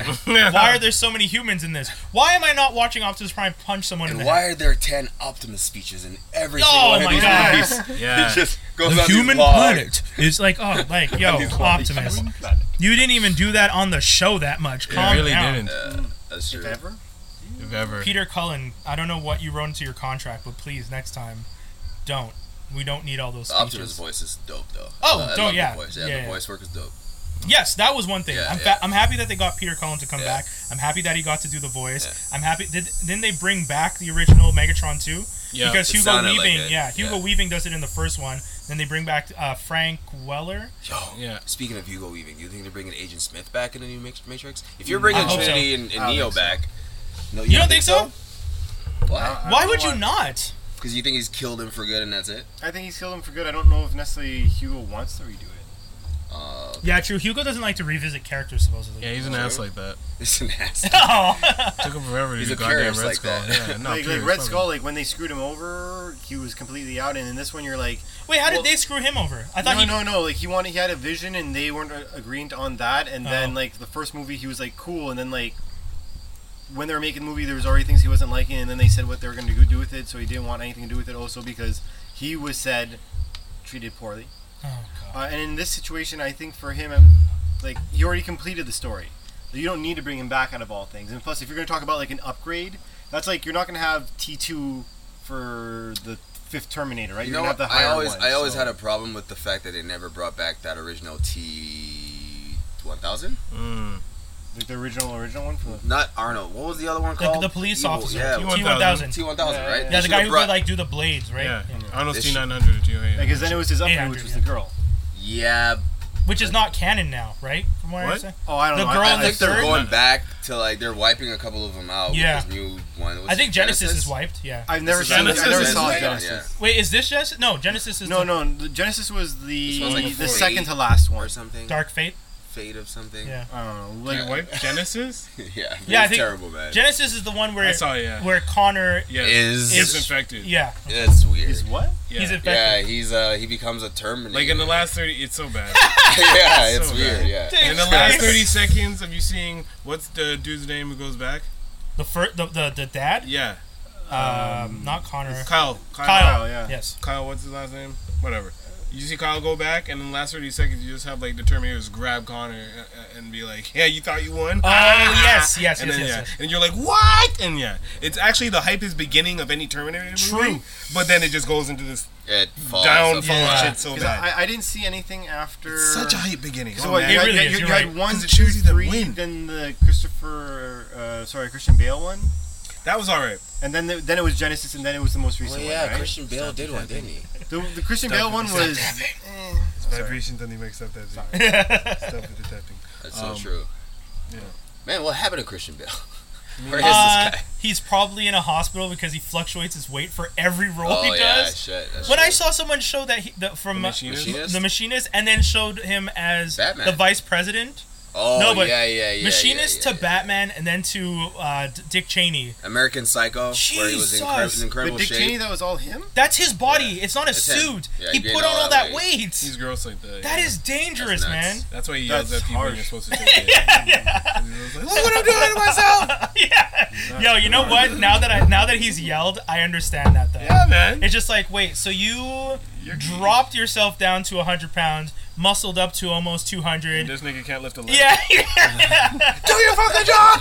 [LAUGHS]
why are there so many humans in this? Why am I not watching Optimus Prime punch someone in
And
the
why
head?
are there ten Optimus speeches in every single
Oh
one of
my
these
god!
movies?
[LAUGHS]
Yeah.
It just goes
the
on these
human
long-
planet is like oh like yo
these long-
Optimus, you didn't even do that on the show that much. Calm
It really
down.
didn't.
Yeah, that's true.
Ever?
If ever.
Peter Cullen, I don't know what you wrote into your contract, but please next time, don't. We don't need all those
The Optimus
speeches.
voice is dope though.
Oh,
I love
dope,
the
yeah.
voice. Yeah,
Yeah,
the
yeah.
voice work is dope.
Yes, that was one thing.
Yeah,
I'm,
yeah.
Fa- I'm happy that they got Peter Cullen to come
Yeah.
back. I'm happy that he got to do the voice.
Yeah.
I'm happy. Did then they bring back the original Megatron too?
Yeah.
because
It
Hugo
sounded like
Weaving,
it,
yeah, Hugo
yeah.
Weaving does it in the first one. Then they bring back uh, Frank Weller.
Yo,
Yeah.
Speaking of Hugo Weaving, you think they're bringing Agent Smith back in the new Mix- Matrix? If you're bringing
Mm, I hope so.
Trinity and, and
I don't
Neo
think so.
back, no,
You don't think so?
Why?
I
Why
don't
would
know
you not?
Because you think he's killed him for good and that's it?
I think he's killed him for good. I don't know if necessarily Hugo wants to redo
[LAUGHS]
it.
Uh,
Yeah, true. Hugo doesn't like to revisit characters supposedly.
Yeah, he's an ass like that.
it's an ass.
[LAUGHS] Oh.
Took him forever to
He's
do
a
goddamn
purist
Red
like
Skull.
that.
Yeah, no,
like, like
purist,
Red
fuck
Skull, like when they screwed him over, he was completely out, and in this one you're like,
Wait, how did
Well-
they screw him over? I thought
no,
he.
no, no. Like he wanted, he had a vision, and they weren't uh, agreeing on that. And
Oh.
then like the first movie, he was like cool, and then like when they were making the movie, there was already things he wasn't liking, and then they said what they were going to do with it, so he didn't want anything to do with it. Also because he was said treated poorly,
Oh, God.
uh, and in this situation, I think for him, like he already completed the story. You don't need to bring him back out of all things. And plus, if you're going to talk about like an upgrade, that's like you're not going to have T two for the fifth Terminator, right?
You
You're
know
gonna have
what?
the
I
higher
always,
one,
I always
so-
had a problem with the fact that they never brought back that original T. 1000?
him.
like the original original one from the
Not Arnold. What was the other one
The,
called?
the police
Evil-
officer.
Yeah,
T-
T1000.
T 1000,
Yeah,
right?
yeah,
They
yeah, the
should've
guy who
brought-
could, like, do the blades, right?
Yeah.
Yeah.
Arnold's
They should-
T900 or 208.
Because then it was his upgrade,
800,
which was
yeah.
the girl.
Yeah,
Which is not canon now, right? From what, I
What?
understand.
Oh, I don't
The
know.
girl
I,
in
I
I
the
think they're
third-
going back to like they're wiping a couple of them out.
Yeah.
with this new one. What's
I think
it,
Genesis, is wiped. Yeah.
I've never
This
seen.
is
I never
Genesis,
saw
right?
Genesis.
Wait, is this Genesis? No, Genesis is
No,
the
no. the Genesis was
This
the
one's like a
the
48
second to last
or
one.
something.
Dark Fate.
Fate of something.
Yeah.
I don't know. Like
Yeah.
what?
Genesis?
yeah. It's
Yeah, I think-
terrible, man.
Genesis is the one where
I saw, yeah.
where Connor.
Yeah.
is
He's infected.
Yeah.
it's weird.
Is what?
Yeah.
He's infected.
yeah, he's uh he becomes a Terminator.
Like in
[LAUGHS]
the last 30, it's so bad.
yeah, it's
so
weird.
bad.
Yeah.
Dude,
In the last
Christ.
30 seconds of you seeing what's the dude's name who goes back?
The first, the, the the dad.
Yeah.
Um, not Connor.
Kyle. Kyle.
Kyle.
Kyle, yeah.
Yes.
Kyle, what's his last name? Whatever. You see Kyle go back, and in the last 30 seconds, you just have like the Terminators grab Connor uh, and be like, Yeah, you thought you won?
Oh yes, yes, yes,
and
yes,
then, yeah.
yes.
And you're like, What? And yeah. It's actually the hypest beginning of any Terminator movie.
True.
But then it just goes into this
It falls.
downfall
Yeah.
shit so
'Cause
bad.
I, I didn't see anything after.
It's such a hype beginning.
So
Oh,
what,
man.
you
It
had,
really
you
is,
had-
you're
you had
right.
one,
'Cause it
two,
shows you the
three,
win.
then the Christopher, uh, sorry, Christian Bale one,
that was all right.
and then the, then it was Genesis, and then it was the most
Well,
recent
yeah,
one, right?
Christian Bale did one, didn't he?
The, the Christian Bale one was. eh, Vibration doesn't even accept
[LAUGHS]
that. Sorry.
Uh,
Stop the detecting.
That's so
Um,
true.
yeah.
Man, what happened to Christian Bale?
[LAUGHS]
Where is
Uh,
this guy?
he's probably in a hospital because he fluctuates his weight for every role
Oh
he
yeah,
does.
shit. That's
when
true.
I saw someone show that he, the, from uh,
Machinist?
Machinist?
the machinist and then showed him as
Batman.
the vice president,
oh
no, but
yeah, yeah, yeah.
machinist
yeah, yeah,
to Batman and then to uh, D- Dick Cheney.
American Psycho, where he was in, cri-
Jesus.
in incredible
But Dick
shape.
Cheney, that was all him.
That's his body. It's not a
That's him.
suit.
Yeah,
he
he gained
put on all that weight.
He's gross like that.
That
yeah.
is dangerous,
That's
man.
nuts.
That's why he yells
That's
at people when
harsh.
you're supposed to
[LAUGHS]
take it.
Look what I'm doing to myself.
[LAUGHS] yeah. Yo, you know what? Now that I now that he's yelled, I understand that though. [LAUGHS] Yeah,
man.
It's just like, wait, so you dropped yourself down to 100 pounds, muscled up to almost 200.
This nigga can't lift a leg.
Yeah, yeah, [LAUGHS]
Do your fucking job.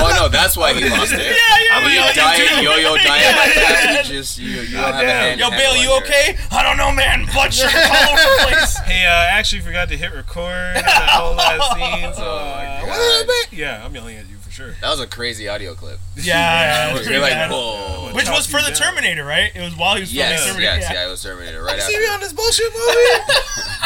oh no, that's why he lost it.
yeah, yeah.
I'm a
yeah,
yo
yeah,
diet,
too.
yo
[LAUGHS]
yo diet
Yeah,
like that.
yeah.
You just you, you don't have a hand. handle
Yo, Bill,
on
you
your-
okay? I don't know, man. Blood sugar all over
[LAUGHS]
the place.
Hey, uh, I actually forgot to hit record in that whole last scene.
[LAUGHS]
So,
Oh my
uh,
God.
yeah, I'm yelling at you for sure.
That was a crazy audio clip.
Yeah, yeah. it was
You're
pretty
like,
bad.
whoa.
Which
Chop
was for
you
the
down.
Terminator, right? It was while he was filming
Yes,
Terminator.
yes,
yeah.
yeah, it was Terminator right
See
after.
me on this bullshit
[LAUGHS]
movie.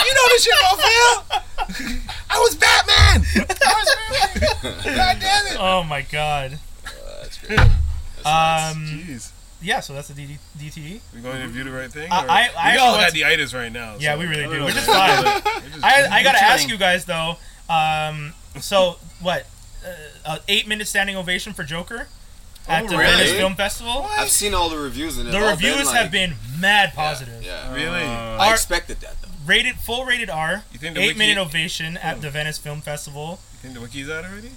you know this shit don't fail. I was
[LAUGHS]
Batman. I was Batman. God damn it.
Oh my god.
Oh, that's great. That's nice.
Um,
Jeez.
yeah, so that's the DD- DTE.
We going to view the right thing?
I-
or-
I- I
we all
actually
had the itis right now.
Yeah,
so-
we
I
really
don't
do.
know,
We're just
man. [LAUGHS]
live.
We're just-
I, I gotta
we're
ask
chilling.
you guys though. Um, so what? Uh, uh, eight minute standing ovation for Joker
Oh,
at the
really?
Venice Film Festival.
I've seen all the reviews and
The
it's all
reviews
been, like,
have been mad
yeah,
positive.
Yeah,
Really?
Uh,
I
Are-
expected that though.
Rated full rated R.
you
Eight
think the wiki,
minute ovation at the Venice Film Festival.
You think the wiki's out already?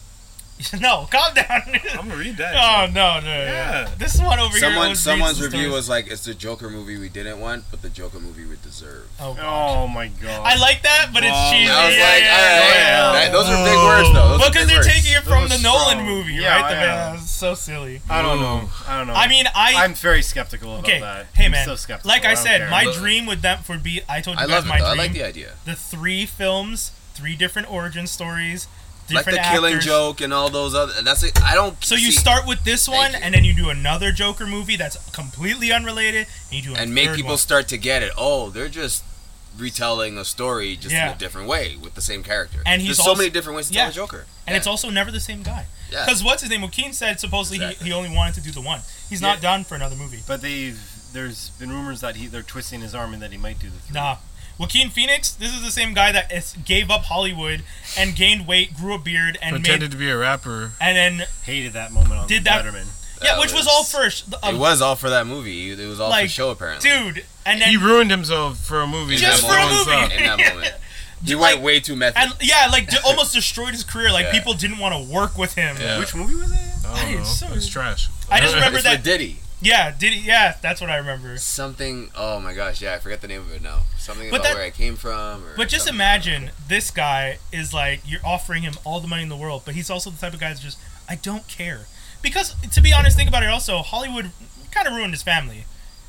[LAUGHS] no, calm down.
I'm gonna read that.
oh no, no, no.
Yeah.
This one over
Someone,
here. was
someone's
reads the
review
stories.
was like, "It's the Joker movie we didn't want, but the Joker movie we deserve."
Oh, God.
Oh my god.
I like that, but it's
Oh,
cheesy.
I was
yeah,
like,
yeah,
"All right,
yeah.
all right." those are big words though. Those are
Well,
big
because they're
words.
taking it from the
Those are
Nolan
strong.
movie,
Yeah,
right? The,
yeah.
it's so silly.
I don't know. I don't know.
I mean, I
I'm very skeptical about
okay.
that.
Hey
I'm
man,
so skeptical.
like I,
don't
said,
care.
my
Look.
dream with them would be I told you
I
guys
love it.
my
Though. I
dream.
like the idea,
the three films, three different origin stories,
like
different
the Killing
actors.
Joke and all those other. That's it. I don't.
So you
see-
start with this
Thank
one,
you.
and then you do another Joker movie that's completely unrelated, and you do a
and make
third
people
one.
start to get it. Oh, they're just retelling a story just
Yeah.
in a different way with the same character.
And he's
There's so
also-
many different ways to
yeah.
tell a Joker.
and it's also never the same guy.
Yeah.
Because what's his name? Joaquin said supposedly
Exactly.
he, he only wanted to do the one. He's not done for another movie.
But they've there's been rumors that he they're twisting his arm and that he might do the three.
Nah. Joaquin Phoenix, this is the same guy that is, gave up Hollywood and gained weight, grew a beard, and
Pretended
made,
to be a rapper.
and then
Hated that moment on
Did that-
Letterman.
yeah,
That
which was
was-
all first. the-
it
uh,
was all for that movie. It was all
like,
for show apparently.
dude, and then
He ruined himself for a movie.
In
Just
that
for a
moment.
movie.
In that moment,
[LAUGHS]
you
Like-
went way too method.
and yeah, like d-
[LAUGHS]
almost destroyed his career. Like
Yeah.
people didn't want to work with him.
Yeah.
Which movie was it?
I don't know.
It's so-
It's trash. [LAUGHS]
I just remember
it's
that.
with Diddy.
yeah, did he? Yeah, that's what I remember.
Something. Oh my gosh. Yeah, I forget the name of it now. Something
But
about
that-
where I came from. Or
But just
something.
imagine this guy is like you're offering him all the money in the world, but he's also the type of guy that's just I don't care. Because to be honest, think about it. Also, Hollywood kind of ruined his family.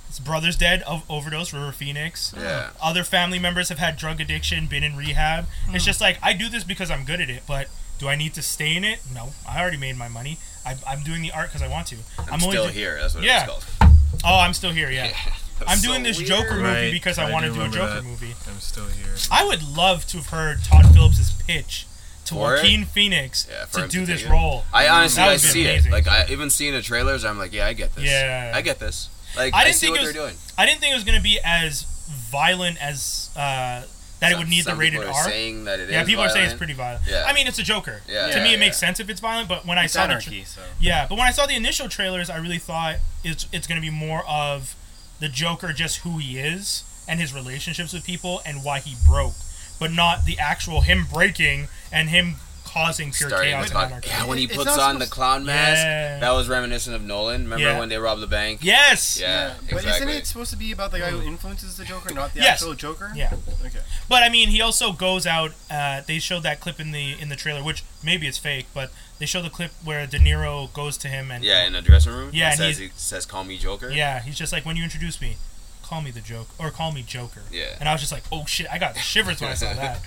His brother's dead of overdose. River Phoenix.
Yeah.
Other family members have had drug addiction, been in rehab. It's just like I do this because I'm good at it, but do I need to stay in it? No, I already made my money. I, I'm doing the art because I want to.
I'm, still
do-
here. That's what
Yeah.
it was called.
Oh, I'm still
[LAUGHS]
here. Yeah, I'm
That's
doing
so
this
weird.
Joker movie
Right,
because
I
I, want to
do
do a
remember
Joker
that.
movie.
I'm still here.
I would love to have heard Todd Phillips' pitch to
For it?
Joaquin Phoenix
Yeah, for
to
him
do
to
this
take it.
role.
I honestly,
That
I
would be
see
amazing.
it. Like I even seeing the trailers, I'm like, yeah, I get this.
Yeah.
I get this. Like
I
I,
didn't
see
think
what
it was-
they're doing.
I didn't think it was going to be as violent as uh, that it would
Some-
need the
some
rated
people
R.
are Saying that it
yeah,
is
people are saying it's
violent.
pretty violent.
Yeah.
I mean, it's a Joker.
Yeah,
to me,
yeah,
it makes
yeah.
sense if it's violent. But when I
It's
saw the tra-
anarchy. So
yeah, but when I saw the initial trailers, I really thought it's it's going to be more of the Joker, just who he is and his relationships with people and why he broke, but not the actual him breaking and him causing pure
Starting
chaos
to
and
talk-
anarchy.
yeah, when he
It's
puts
not
on the
supposed-
clown mask,
Yeah.
that was reminiscent of Nolan. Remember
Yeah.
when they robbed the bank?
Yes.
Yeah,
But isn't
exactly.
it supposed to be about the guy who influences the Joker, not the
Yes.
actual Joker?
Yeah.
Okay.
But I mean, he also goes out. Uh, they showed that clip in the in the trailer, which maybe it's fake, but they show the clip where De Niro goes to him and
Yeah, in the dressing room.
Yeah,
Yeah,
and
says he
he's-
says, "Call me Joker."
Yeah, he's just like, when you introduce me, call me the joke or call me Joker.
Yeah.
And I was just like, oh shit, I got shivers when I
[LAUGHS]
saw that.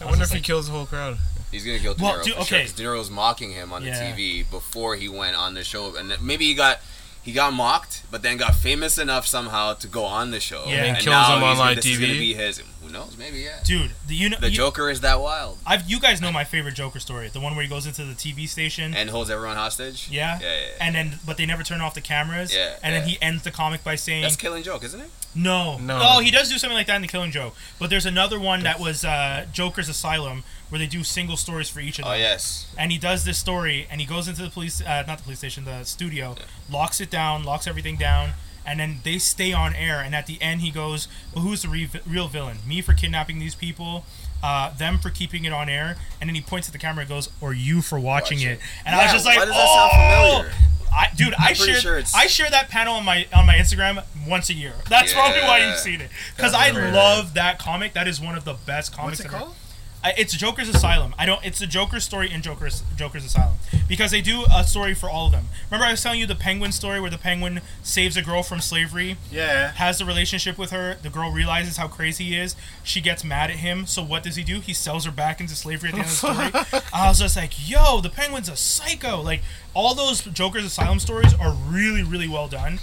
I wonder if
just
he
like-
kills the whole crowd.
He's gonna kill De Niro
Well,
for
dude,
sure,
okay.
'cause De Niro's mocking him on
Yeah.
the TV before he went on the show, and th- maybe he got He got mocked, but then got famous enough somehow to go on the show.
Yeah. And
kills
now
him
he's
on
gonna-
live
this is gonna
TV.
be his. Who knows? Maybe yeah.
Dude, the, you know,
The
you,
Joker is that wild
I've, you guys know my favorite Joker story, the one where he goes into the TV station.
and holds everyone hostage.
yeah.
Yeah. yeah, yeah.
And then, but they never turn off the cameras.
Yeah,
And then
yeah.
he ends the comic by saying,
That's Killing Joke, isn't it?
No.
No.
Oh, he does do something like that in The Killing Joke. But there's another one that was uh, Joker's Asylum where they do single stories for each of them.
Oh yes.
And he does this story and he goes into the police, uh, not the police station, the studio, locks it down, locks everything down. And then they stay on air. And at the end, he goes, well, Who's the re- real villain? Me for kidnapping these people. Uh, them for keeping it on air, and then he points at the camera and goes, "Or you for watching
Watch
it."
it.
And I was
Yeah,
just like,
why does that sound
"Oh,
familiar?"
I, dude, i
pretty
share
sure it's-
I share that panel on my on my Instagram once a year. That's probably why
Yeah.
you've seen it because I love that comic. That is one of the best comics.
What's it
that are-
called?
I, it's Joker's Asylum. I don't. It's the Joker's story in Joker's Joker's Asylum because they do a story for all of them. Remember, I was telling you the Penguin story where the Penguin saves a girl from slavery
Yeah.
has a relationship with her. The girl realizes how crazy he is. She gets mad at him. So what does he do? He sells her back into slavery at the end of the story. I was just like, yo, the penguin's a psycho. Like all those Joker's Asylum stories are really, really well done,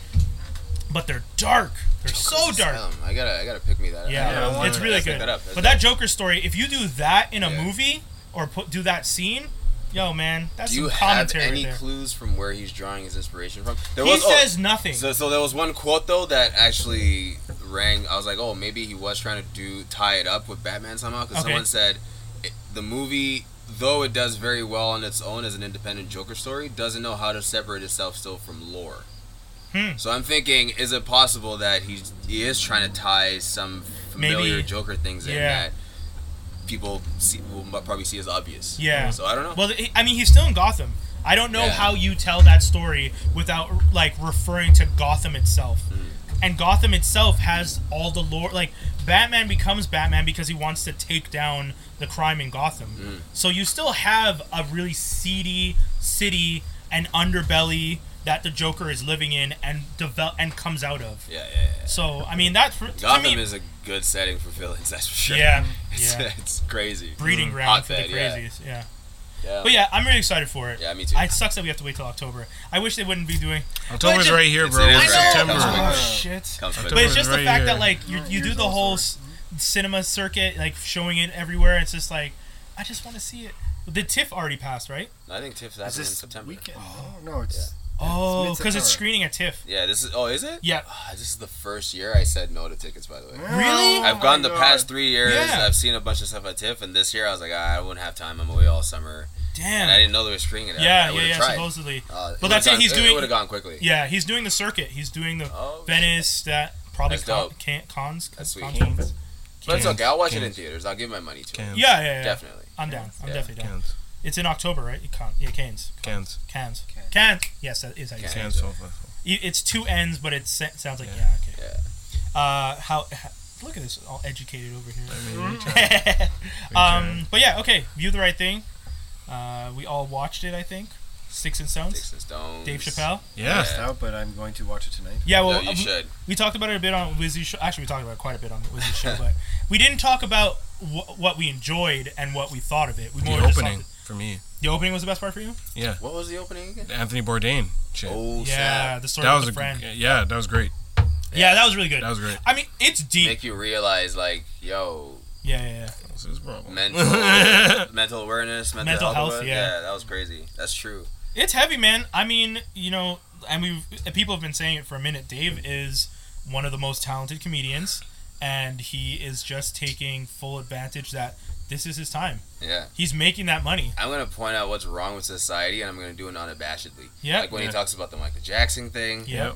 but they're dark. They're so dark.
Asylum. I gotta, I gotta pick me that. up.
Yeah,
Yeah, I wanna-
it's really
Let's look
good.
that up. That's
but that Joker story, if you do that in a
Yeah.
movie or put do that scene, yo man, that's
Do you
some
have
commentary
any
right there.
clues from where he's drawing his inspiration from? There
He
was- oh,
says nothing.
So, so there was one quote though that actually rang. I was like, oh, maybe he was trying to do tie it up with Batman somehow because
Okay.
someone said "It- the movie, though it does very well on its own as an independent Joker story, doesn't know how to separate itself still from lore.
Hmm.
So I'm thinking, is it possible that he's he is trying to tie some familiar
Maybe.
Joker things in
Yeah.
that people see, will mu- probably see as obvious?
Yeah.
So I don't know.
Well, th- I mean, he's still in Gotham. I don't know
Yeah.
how you tell that story without like referring to Gotham itself.
Mm.
And Gotham itself has all the lore. Like Batman becomes Batman because he wants to take down the crime in Gotham.
Mm.
So you still have a really seedy city and underbelly that the Joker is living in and develop and comes out of.
yeah, yeah, yeah.
So I mean, that for, to
Gotham
me,
is a good setting for villains, that's for sure.
yeah,
[LAUGHS] It's,
yeah,
it's crazy.
breeding ground
Hotbed,
for the
yeah.
crazies. yeah.
Yeah.
But yeah, I'm really excited for it.
Yeah, me too.
I, it sucks that we have to wait till October. I wish they wouldn't be doing.
October's
Legend-
right here,
It's
bro.
in Israel.
September.
Comes
Oh,
with-
shit.
Comes with
But it's
October's
just the
right
fact
here.
that like you you do the whole s- cinema circuit, like showing it everywhere. It's just like I just want to see it. The TIFF already passed, right?
I think TIFF's
Is
happening in
this
September.
weekend? Oh no, it's
Oh, because it's
mid-September.
screening at TIFF.
Yeah, this is. Oh, is it?
Yeah.
Ah, this is the first year I said no to tickets. By the way,
Really?
I've gone the
Oh God.
past three years.
Yeah.
I've seen a bunch of stuff at TIFF, and this year I was like, ah, I wouldn't have time. I'm away all summer, and I
Damn.
didn't know they were screening it. I- I
Yeah, yeah,
would've
yeah.
Tried.
Supposedly.
Uh,
But that's it, he's doing-
It would have gone quickly.
Yeah, he's doing the circuit. He's doing the
Oh,
Venice that probably
That's
con-
dope.
can- cons.
That's sweet.
cons- cons-
but it's okay. I'll watch it in
Cans.
theaters. I'll give my money to it.
Cans.
Yeah, yeah, yeah.
Definitely.
I'm down. I'm
Yeah.
definitely down.
Cans.
It's in October, right? Con- yeah, Canes.
Cans.
Cans. Cans. Yes, that is how you say it.
Cans. so far.
You- It's two N's, but it sa- sounds like yeah.
Yeah.
okay. Uh, how, h- Look at this, all educated over
[LAUGHS]
mean, we
here. um, but yeah, okay. View the right thing. Uh, we all watched it, I think. Six and Stones.
Sticks and stones.
Dave Chappelle.
Yeah.
Yeah.
out, but I'm going to watch it tonight.
Yeah,
No,
well,
you
um,
should.
we talked about it a bit on Wizzy show. Actually, we talked about it quite a bit on the Wizzy
[LAUGHS]
show, but we didn't talk about wh- what we enjoyed and what we thought of it. We
The
just talked-
opening for me.
The opening was the best part for you.
What was the opening again?
Anthony Bourdain. Shit.
Oh,
yeah,
snap.
the story
that
with
was a
the friend.
yeah. That was great.
yeah, that was really good.
That was great.
I mean, it's deep.
Make you realize, like, yo,
Yeah, yeah, yeah.
That was his problem. [LAUGHS]
mental mental awareness, mental,
Mental
health.
health,
awa-
yeah.
that was crazy. That's true.
It's heavy, man. I mean, you know, and we have people have been saying it for a minute. Dave is one of the most talented comedians, and he is just taking full advantage that this is his time.
Yeah,
He's making that money.
I'm gonna point out what's wrong with society, and I'm gonna do it unabashedly.
Yeah.
like when
Yeah.
he talks about the Michael Jackson thing.
Yeah,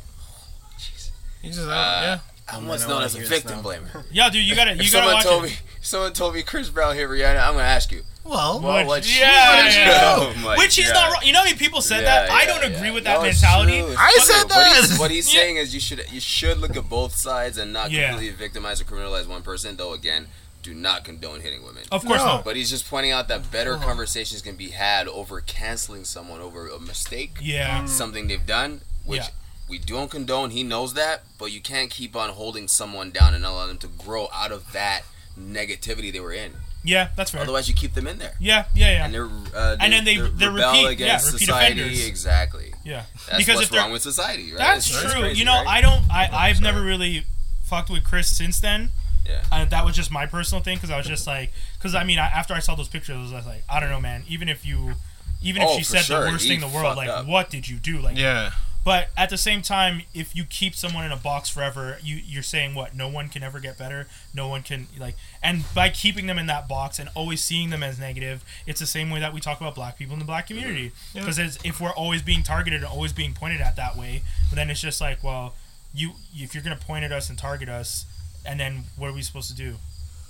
He just
Uh,
yeah.
I'm what's
I
known
wanna
as a
hear this
victim
now. [LAUGHS]
blamer.
yeah, dude, you gotta,
If
you gotta
someone
watch
told
it.
me, if someone told me Chris Brown hit Rihanna, I'm gonna ask you.
Well,
Well,
What-
what she-
yeah,
what did you
yeah. [LAUGHS]
know? Oh my
Which he's
God.
not wrong. You know, how many people said
Yeah,
that. I
yeah,
don't
yeah.
agree with
No,
that
it's
mentality.
true. It's
I
true.
said
What he's-
that!
What he's
Yeah.
saying is you should you should look at both sides and not
Yeah.
completely victimize or criminalize one person. Though again, do not condone hitting women.
Of course
No.
not.
But he's just pointing out that
Oh.
better conversations can be had over canceling someone over a mistake,
Yeah,
something they've done, which
Yeah.
we don't condone. He knows that, but you can't keep on holding someone down and allow them to grow out of that negativity they were in.
yeah, that's fair.
Otherwise, you keep them in there,
Yeah, yeah, yeah.
and they're uh,
And then they-
they're
they
rebel
repeat, yeah,
against
repeat
society
offenders.
exactly.
Yeah.
That's
Because if
what's
they're-
wrong with society, right?
That's
It's-
true.
it's crazy,
you know,
right?
I don't. I I've
Sorry.
never really fucked with Chris since then.
Yeah.
And that was just my personal thing because I was just like, because I mean, I, after I saw those pictures, I was like, I don't know, man. Even if you, even if
Oh,
she
for
said
sure,
the worst
he
thing in the world,
fucked
like,
up.
what did you do? Like,
Yeah.
but at the same time, if you keep someone in a box forever, you you're saying what? No one can ever get better. No one can like, and by keeping them in that box and always seeing them as negative, it's the same way that we talk about black people in the black community. Because if we're always being targeted and always being pointed at that way, then it's just like, well, you if you're gonna point at us and target us, and then what are we supposed to do?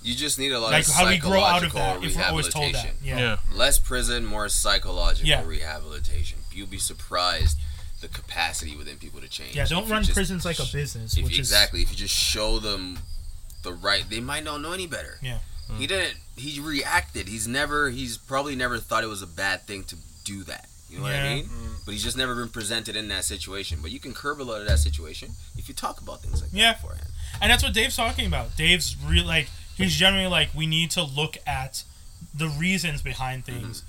You just need a lot
Like
of
how do we
psychological
grow out of that if we're always told
rehabilitation.
that? Yeah.
Yeah.
Less prison, more psychological
Yeah.
rehabilitation. You'll be surprised the capacity within people to change.
Yeah, don't
If you
run
just-
prisons like a business,
If,
which
exactly. If you just show them the right, they might not know any better.
Yeah.
He didn't. He reacted. He's never. He's probably never thought it was a bad thing to do that. You know what
Yeah.
I mean? But he's just never been presented in that situation. But you can curb a lot of that situation if you talk about things like
Yeah.
that beforehand.
is, and that's what Dave's talking about. Dave's real like he's generally like we need to look at the reasons behind
Mm-hmm.
things.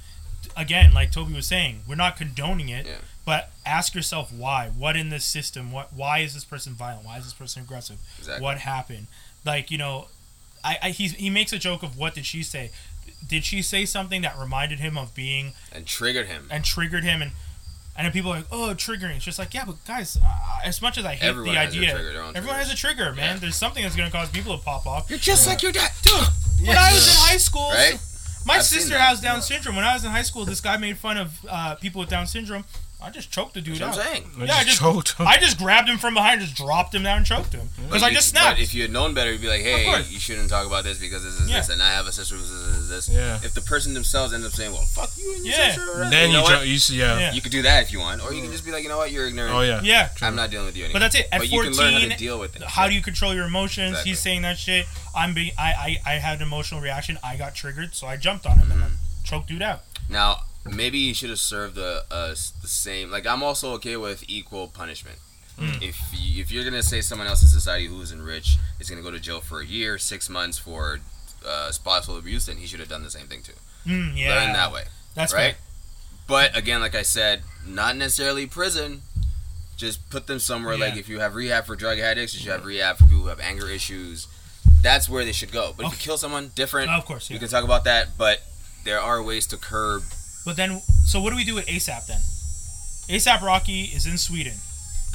Again, like Toby was saying, we're not condoning it,
Yeah.
but ask yourself why. What in this system? What? Why is this person violent? Why is this person aggressive?
Exactly.
What happened? Like you know, I, I he's, he makes a joke of what did she say? Did she say something that reminded him of being
And triggered him.
and triggered him and and then people are like oh triggering it's just like yeah but guys uh, as much as i hate
Everyone
the
has their
idea
trigger, their own
everyone
triggers.
has a trigger man
Yeah.
there's something that's going to cause people to pop off
You're just like your dad,
when i was in high school
Right?
my
I've seen
sister
that.
has down syndrome when i was in high school this guy made fun of uh, people with down syndrome i just choked the dude
That's what
out
I'm saying.
yeah i just
choked him.
i just grabbed him from behind just dropped him down and choked him because i
you-
just
But
snapped
if you had known better, you'd be like,
Of
hey,
course.
you shouldn't talk about this because this is
Yeah.
this, and I have a sister who's this, this, this.
Yeah.
If the person themselves end up saying, well, fuck you and your
Yeah.
sister, or-
Then you,
know
you,
what?
jo- you s- yeah.
Yeah.
You could do that if you want, or you can just be like, you know what, you're ignorant.
Oh yeah.
yeah
I'm not dealing with you anymore.
But that's it. At
But you can learn how to
14,
deal with it.
how do you control your emotions?
Exactly.
He's saying that shit. I'm being, I, I, I had an emotional reaction. I got triggered, so I jumped on him
Mm.
and I choked dude out.
Now, maybe you should have served the uh, s- the same. Like, I'm also okay with equal punishment.
Hmm.
If you, if you're gonna say someone else in society who isn't rich is gonna go to jail for a year, six months for uh, spousal abuse, then he should have done the same thing too.
Mm, yeah,
Learn that way,
that's
right?
fair.
But again, like I said, not necessarily prison. Just put them somewhere. Like
Yeah.
if you have rehab for drug addicts, if you have rehab for people who have anger issues, that's where they should go. But if you
Okay.
kill someone, different.
Oh, of course,
We
yeah.
can talk about that, but there are ways to curb.
But then, so what do we do with ASAP then? ASAP Rocky is in Sweden.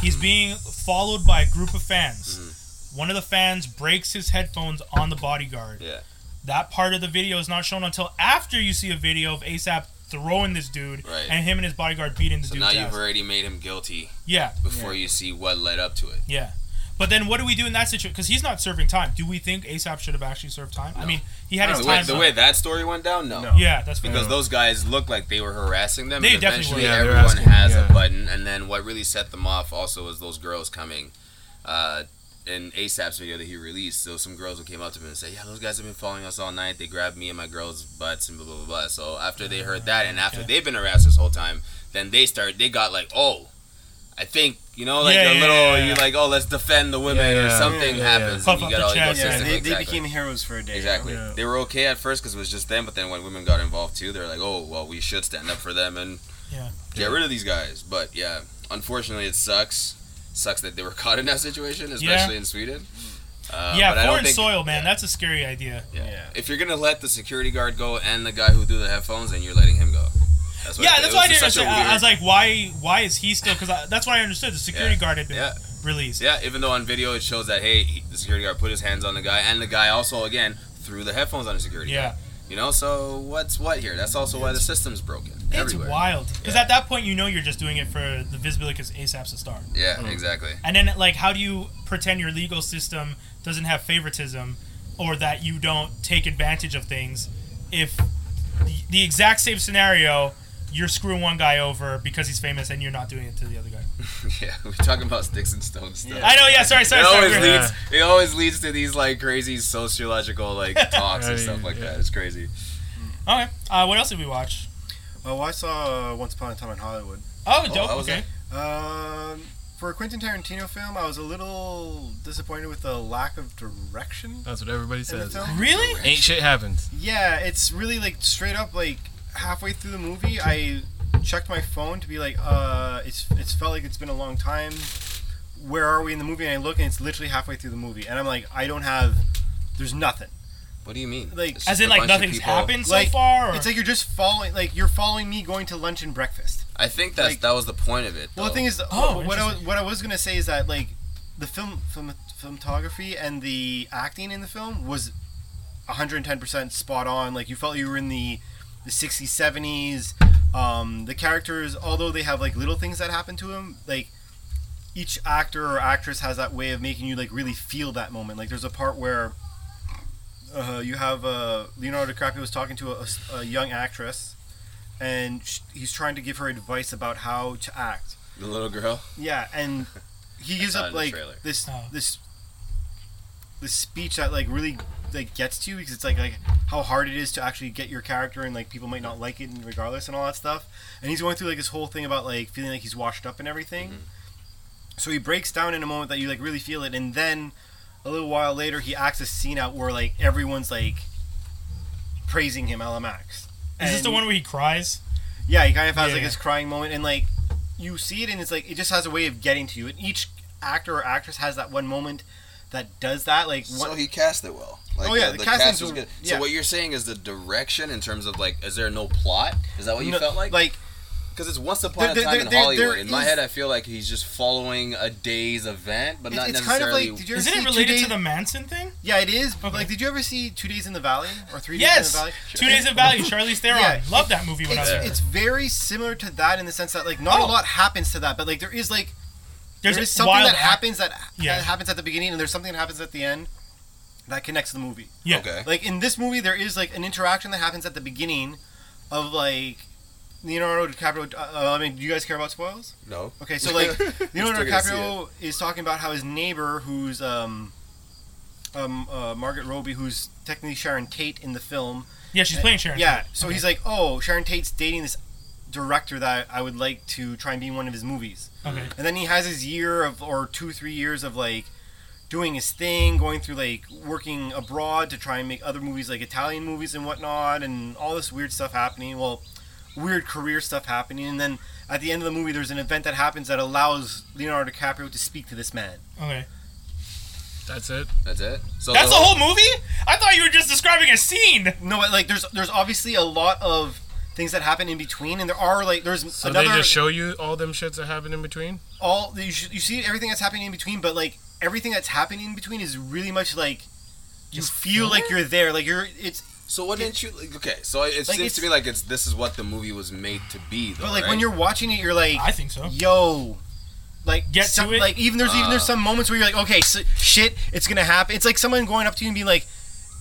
He's
Mm-hmm.
being followed by a group of fans. One of the fans breaks his headphones on the bodyguard.
Yeah.
That part of the video is not shown until after you see a video of ASAP throwing this dude
Right.
and him and his bodyguard beating the
So
dude's
now
ass.
you've already made him guilty
yeah.
before you see what led up to it.
Yeah. But then what do we do in that situation? Because he's not serving time. Do we think ASAP should have actually served time? I mean, he had his
The way,
time.
the way that story went down, no.
yeah, that's fair.
Because those guys looked like they were harassing them.
They
and
definitely
eventually
were.
Yeah, they were
everyone
asking,
has
yeah.
a button. And then what really set them off also was those girls coming. Uh, in ASAP's video that he released, there was some girls who came up to him and said, "Yeah, those guys have been following us all night. They grabbed me and my girls' butts and blah blah blah." blah. So after they heard that, and after
okay.
they've been harassed this whole time, then they start. They got like, "Oh, I think you know, like
Yeah,
a
yeah,
little.
yeah, yeah.
You're like, oh, let's defend the women
Yeah,
or
yeah.
something
Yeah, yeah.
happens, and
Puff
you
up
get
the
all
chest.
Yeah,
egotistical.
they, they
exactly.
became heroes for a day.
Exactly.
Yeah.
They were okay at first because it was just them, but then when women got involved too, they're like, oh, well, we should stand up for them and
Yeah.
get rid of these guys. But yeah, unfortunately, it sucks. Sucks that they were [LAUGHS] caught in that situation, especially in Sweden. Uh,
yeah,
but I don't
foreign
think-
soil, man.
yeah,
That's a scary idea.
yeah.
Yeah.
If you're gonna let the security guard go and the guy who threw the headphones, and you're letting him go. That's
yeah,
it
that's
was
why I
just
didn't
such a
understand. I- I was
weird-
like, why? Why is he still? Because that's what I understood. The security guard had been
Yeah.
released.
Yeah, even though on video it shows that hey, he- the security guard put his hands on the guy, and the guy also again threw the headphones on the security.
Yeah.
guard. You know, so what's what here? That's also why the system's broken
It's
everywhere.
wild. Because
Yeah.
at that point, you know you're just doing it for the visibility because ASAP's a star.
Yeah,
Mm.
exactly. [LAUGHS]
And then, like, how do you pretend your legal system doesn't have favoritism or that you don't take advantage of things if the, the exact same scenario, you're screwing one guy over because he's famous and you're not doing it to the other guy?
Yeah, we're talking about sticks and stones stuff.
I know, yeah, sorry, sorry,
It
sorry.
always
we're-
leads. It always leads to these like crazy sociological
[LAUGHS]
like talks and stuff like that. It's crazy.
Okay. Uh, what else did we watch?
Oh, I saw uh, Once Upon a Time in Hollywood.
Oh,
Oh,
dope.
how was
okay.
Um, for a Quentin Tarantino film, I was a little disappointed with the lack of direction
That's what everybody
in the
says.
film.
Really?
Ain't shit happened.
Yeah, it's really like straight up like halfway through the movie, I checked my phone to be like, uh, it's it's felt like it's been a long time. Where are we in the movie? And I look, and it's literally halfway through the movie, and I'm like, I don't have. There's nothing.
What do you mean?
Like-
It's
As
just
in,
a
like
bunch of
nothing's
people-
happened so
like
far. Or?
it's like you're just following. Like you're following me going to lunch and breakfast.
I think that's
like-
that was the point of it. Though.
Well, the thing is,
Oh,
what, what I
interesting.
what I was gonna say is that like the film, film filmography and the acting in the film was 110% spot on. Like you felt you were in the the 60s, 70s. Um, the characters, although they have like little things that happen to them, like each actor or actress has that way of making you like really feel that moment. Like there's a part where uh, you have uh, Leonardo DiCaprio was talking to a, a young actress, and sh he's trying to give her advice about how to act.
the little girl.
Yeah,
[LAUGHS]
and he gives
saw it
up
in the
like
trailer.
this
Oh.
this this speech that like really like gets to you because it's like like how hard it is to actually get your character and like people might not like it and regardless and all that stuff. And he's going through like this whole thing about like feeling like he's washed up and everything.
Mm-hmm.
So he breaks down in a moment that you like really feel it, and then a little while later he acts a scene out where like everyone's like praising him LMX.
is this the
And-
one where he cries?
yeah, he kind of has
Yeah,
like
yeah.
his crying moment, and like you see it, and it's like it just has a way of getting to you. And each actor or actress has that one moment that does that. Like,
So
one,
he cast it well. Like,
Oh, yeah,
uh,
the casting's
cast was
were-
good.
yeah.
So what you're saying is the direction in terms of like, is there no plot? Is that what you
no-
felt like?
like
Because it's once upon
There-
a time
there-
in
there-
Hollywood.
there
in my
is-
head, I feel like he's just following a day's event, but
it-
not
it's kind of
necessarily.
like. Did you ever
Isn't
see
it
Two
related
Days-
to the Manson thing?
Yeah, it is. but,
Okay.
Like, did you ever see Two Days in the Valley or Three Days in
Yes.
the Valley?
Two Days in Valley. Charlize Theron.
Yeah.
Love that movie when I was
It's,
there.
it's very similar to that in the sense that like not
Oh.
a lot happens to that, but like there is like
There's
there is something
wild
that happens that,
Yeah.
that happens at the beginning, and there's something that happens at the end that connects to the movie.
Yeah.
Okay.
Like in this movie, there is like an interaction that happens at the beginning of like Leonardo DiCaprio. Uh, I mean, do you guys care about spoils?
No.
Okay, so like Leonardo
Still gonna see
DiCaprio is talking about how his neighbor, who's um, um, uh, Margaret Robbie, who's technically Sharon Tate in the film.
Yeah, she's playing Sharon.
Yeah, so he's like, oh, Sharon Tate's dating this director that I would like to try and be in one of his movies.
Okay.
And then he has his year of or two, three years of like doing his thing, going through like working abroad to try and make other movies like Italian movies and whatnot and all this weird stuff happening. Well, weird career stuff happening and then at the end of the movie there's an event that happens that allows Leonardo DiCaprio to speak to this man.
Okay.
That's it.
[LAUGHS] That's it. So
That's
the
the whole movie? I thought you were just describing a scene.
No, but like there's there's obviously a lot of things that happen in between and there are like there's
So
another
they just show you all them shits that happen in between.
all you, sh- you see everything that's happening in between, but like everything that's happening in between is really much like you feel like you're there, like you're it's.
So what didn't you? Like, okay. So it
Like,
seems
it's-
to me like it's this is what the movie was made to be. Though,
But like
right?
when you're watching it, you're like,
I think so.
yo, like
Get
some-
to it?
Like even there's even
Uh.
there's some moments where you're like, okay, s shit, it's gonna happen. It's like someone going up to you and being like.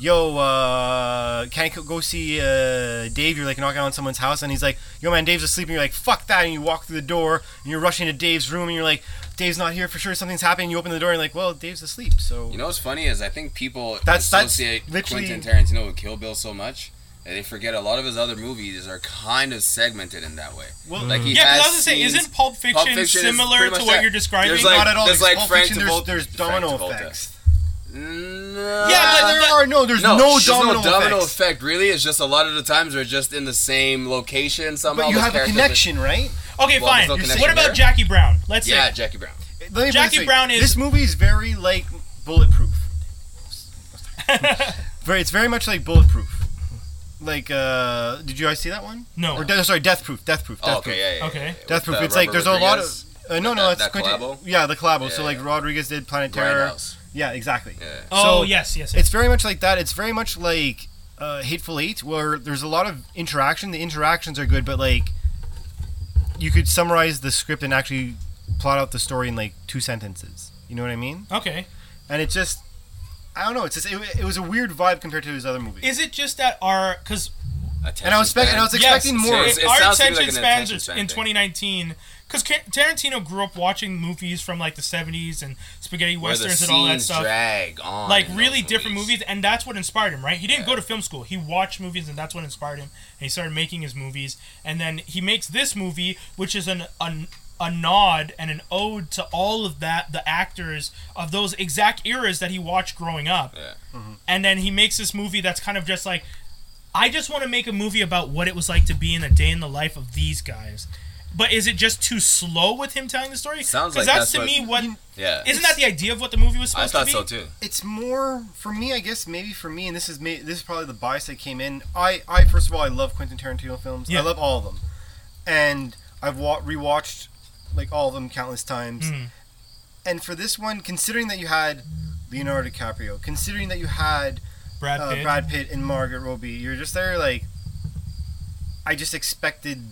Yo, uh, can I co- go see uh, Dave? You're like knocking on someone's house, and he's like, "Yo, man, Dave's asleep." And you're like, "Fuck that!" And you walk through the door, and you're rushing to Dave's room, and you're like, "Dave's not here for sure. Something's happening." You open the door, and you're like, "Well, Dave's asleep." So
You know what's funny is I think people
That's- that's
associate
literally-
Quentin Tarantino with Kill Bill so much that they forget a lot of his other movies are kind of segmented in that way.
Well,
like he
Yeah, because I
has
was gonna say,
scenes-
isn't Pulp Fiction,
Fiction is
similar
pretty
to
much
what
that.
you're describing?
There's like-
not at all.
there's
There's like
like
Frank
Frank
there's,
Tavol-
there's
Frank
domino
Travolta.
effects.
No.
Yeah, but
Uh, there
the-
are no. There's no,
no, there's
domino,
no domino
effects.
effect. Really, it's just a lot of the times they're just in the same location somehow.
But you
those
have a
characters-
connection, right?
Okay,
Well, there's
fine.
no connection
what about
there.
Jackie Brown? Let's
Yeah,
say.
Jackie Brown.
Let me put it
Jackie
this way.
Brown is-
This movie is very like bulletproof. very, it's very much like bulletproof. Like, uh, did you guys see that one?
[LAUGHS] No.
Or de- sorry, death proof. Death proof. Death
Oh, okay,
proof.
yeah, yeah, yeah. [LAUGHS]
Okay.
With,
Death proof.
uh,
it's like
Robert
there's a lot
Rodriguez.
of. Uh, no, no,
That-
that's
that collabo?
Yeah, the collabo.
Yeah,
so like
yeah.
Rodriguez did Planet Terror.
Grindhouse.
Yeah, exactly.
Yeah.
Oh
So-
yes, yes. yes.
It's very much like that. It's very much like uh, Hateful Eight, where there's a lot of interaction. The interactions are good, but like you could summarize the script and actually plot out the story in like two sentences. You know what I mean?
Okay.
And it just, I don't know. It's just it, it was a weird vibe compared to his other movies.
Is it just that our because
and I was expecting, and I was expecting
yes,
more.
It's- it
our
sounds to me
attention
like an
spans
attention
is-
span
in
thing.
2019 because Tarantino grew up watching movies from like the 70s and spaghetti
Where the
westerns and all that
scenes
stuff.
drag on.
like
in
really
those
different movies, and that's what inspired him, right? He didn't go to film school. He watched movies, and that's what inspired him. And he started making his movies, and then he makes this movie, which is an, an a nod and an ode to all of that the actors of those exact eras that he watched growing up.
Yeah.
Mm-hmm.
And then he makes this movie that's kind of just like I just want to make a movie about what it was like to be in a day in the life of these guys. But is it just too slow with him telling the story?
Sounds
'Cause
like that's
that's, to
what-
me what
Yeah.
isn't that the idea of what the movie was
I
supposed to
thought
be?
so too.
it's more for me i guess maybe for me and this is ma- this is probably the bias that came in i i first of all i love quentin tarantino films
Yeah.
i love all of them and i've wa- rewatched like all of them countless times
Mm.
and for this one considering that you had leonardo dicaprio considering that you had
Brad
uh,
Pitt.
brad pitt and margaret robbie you're just there like i just expected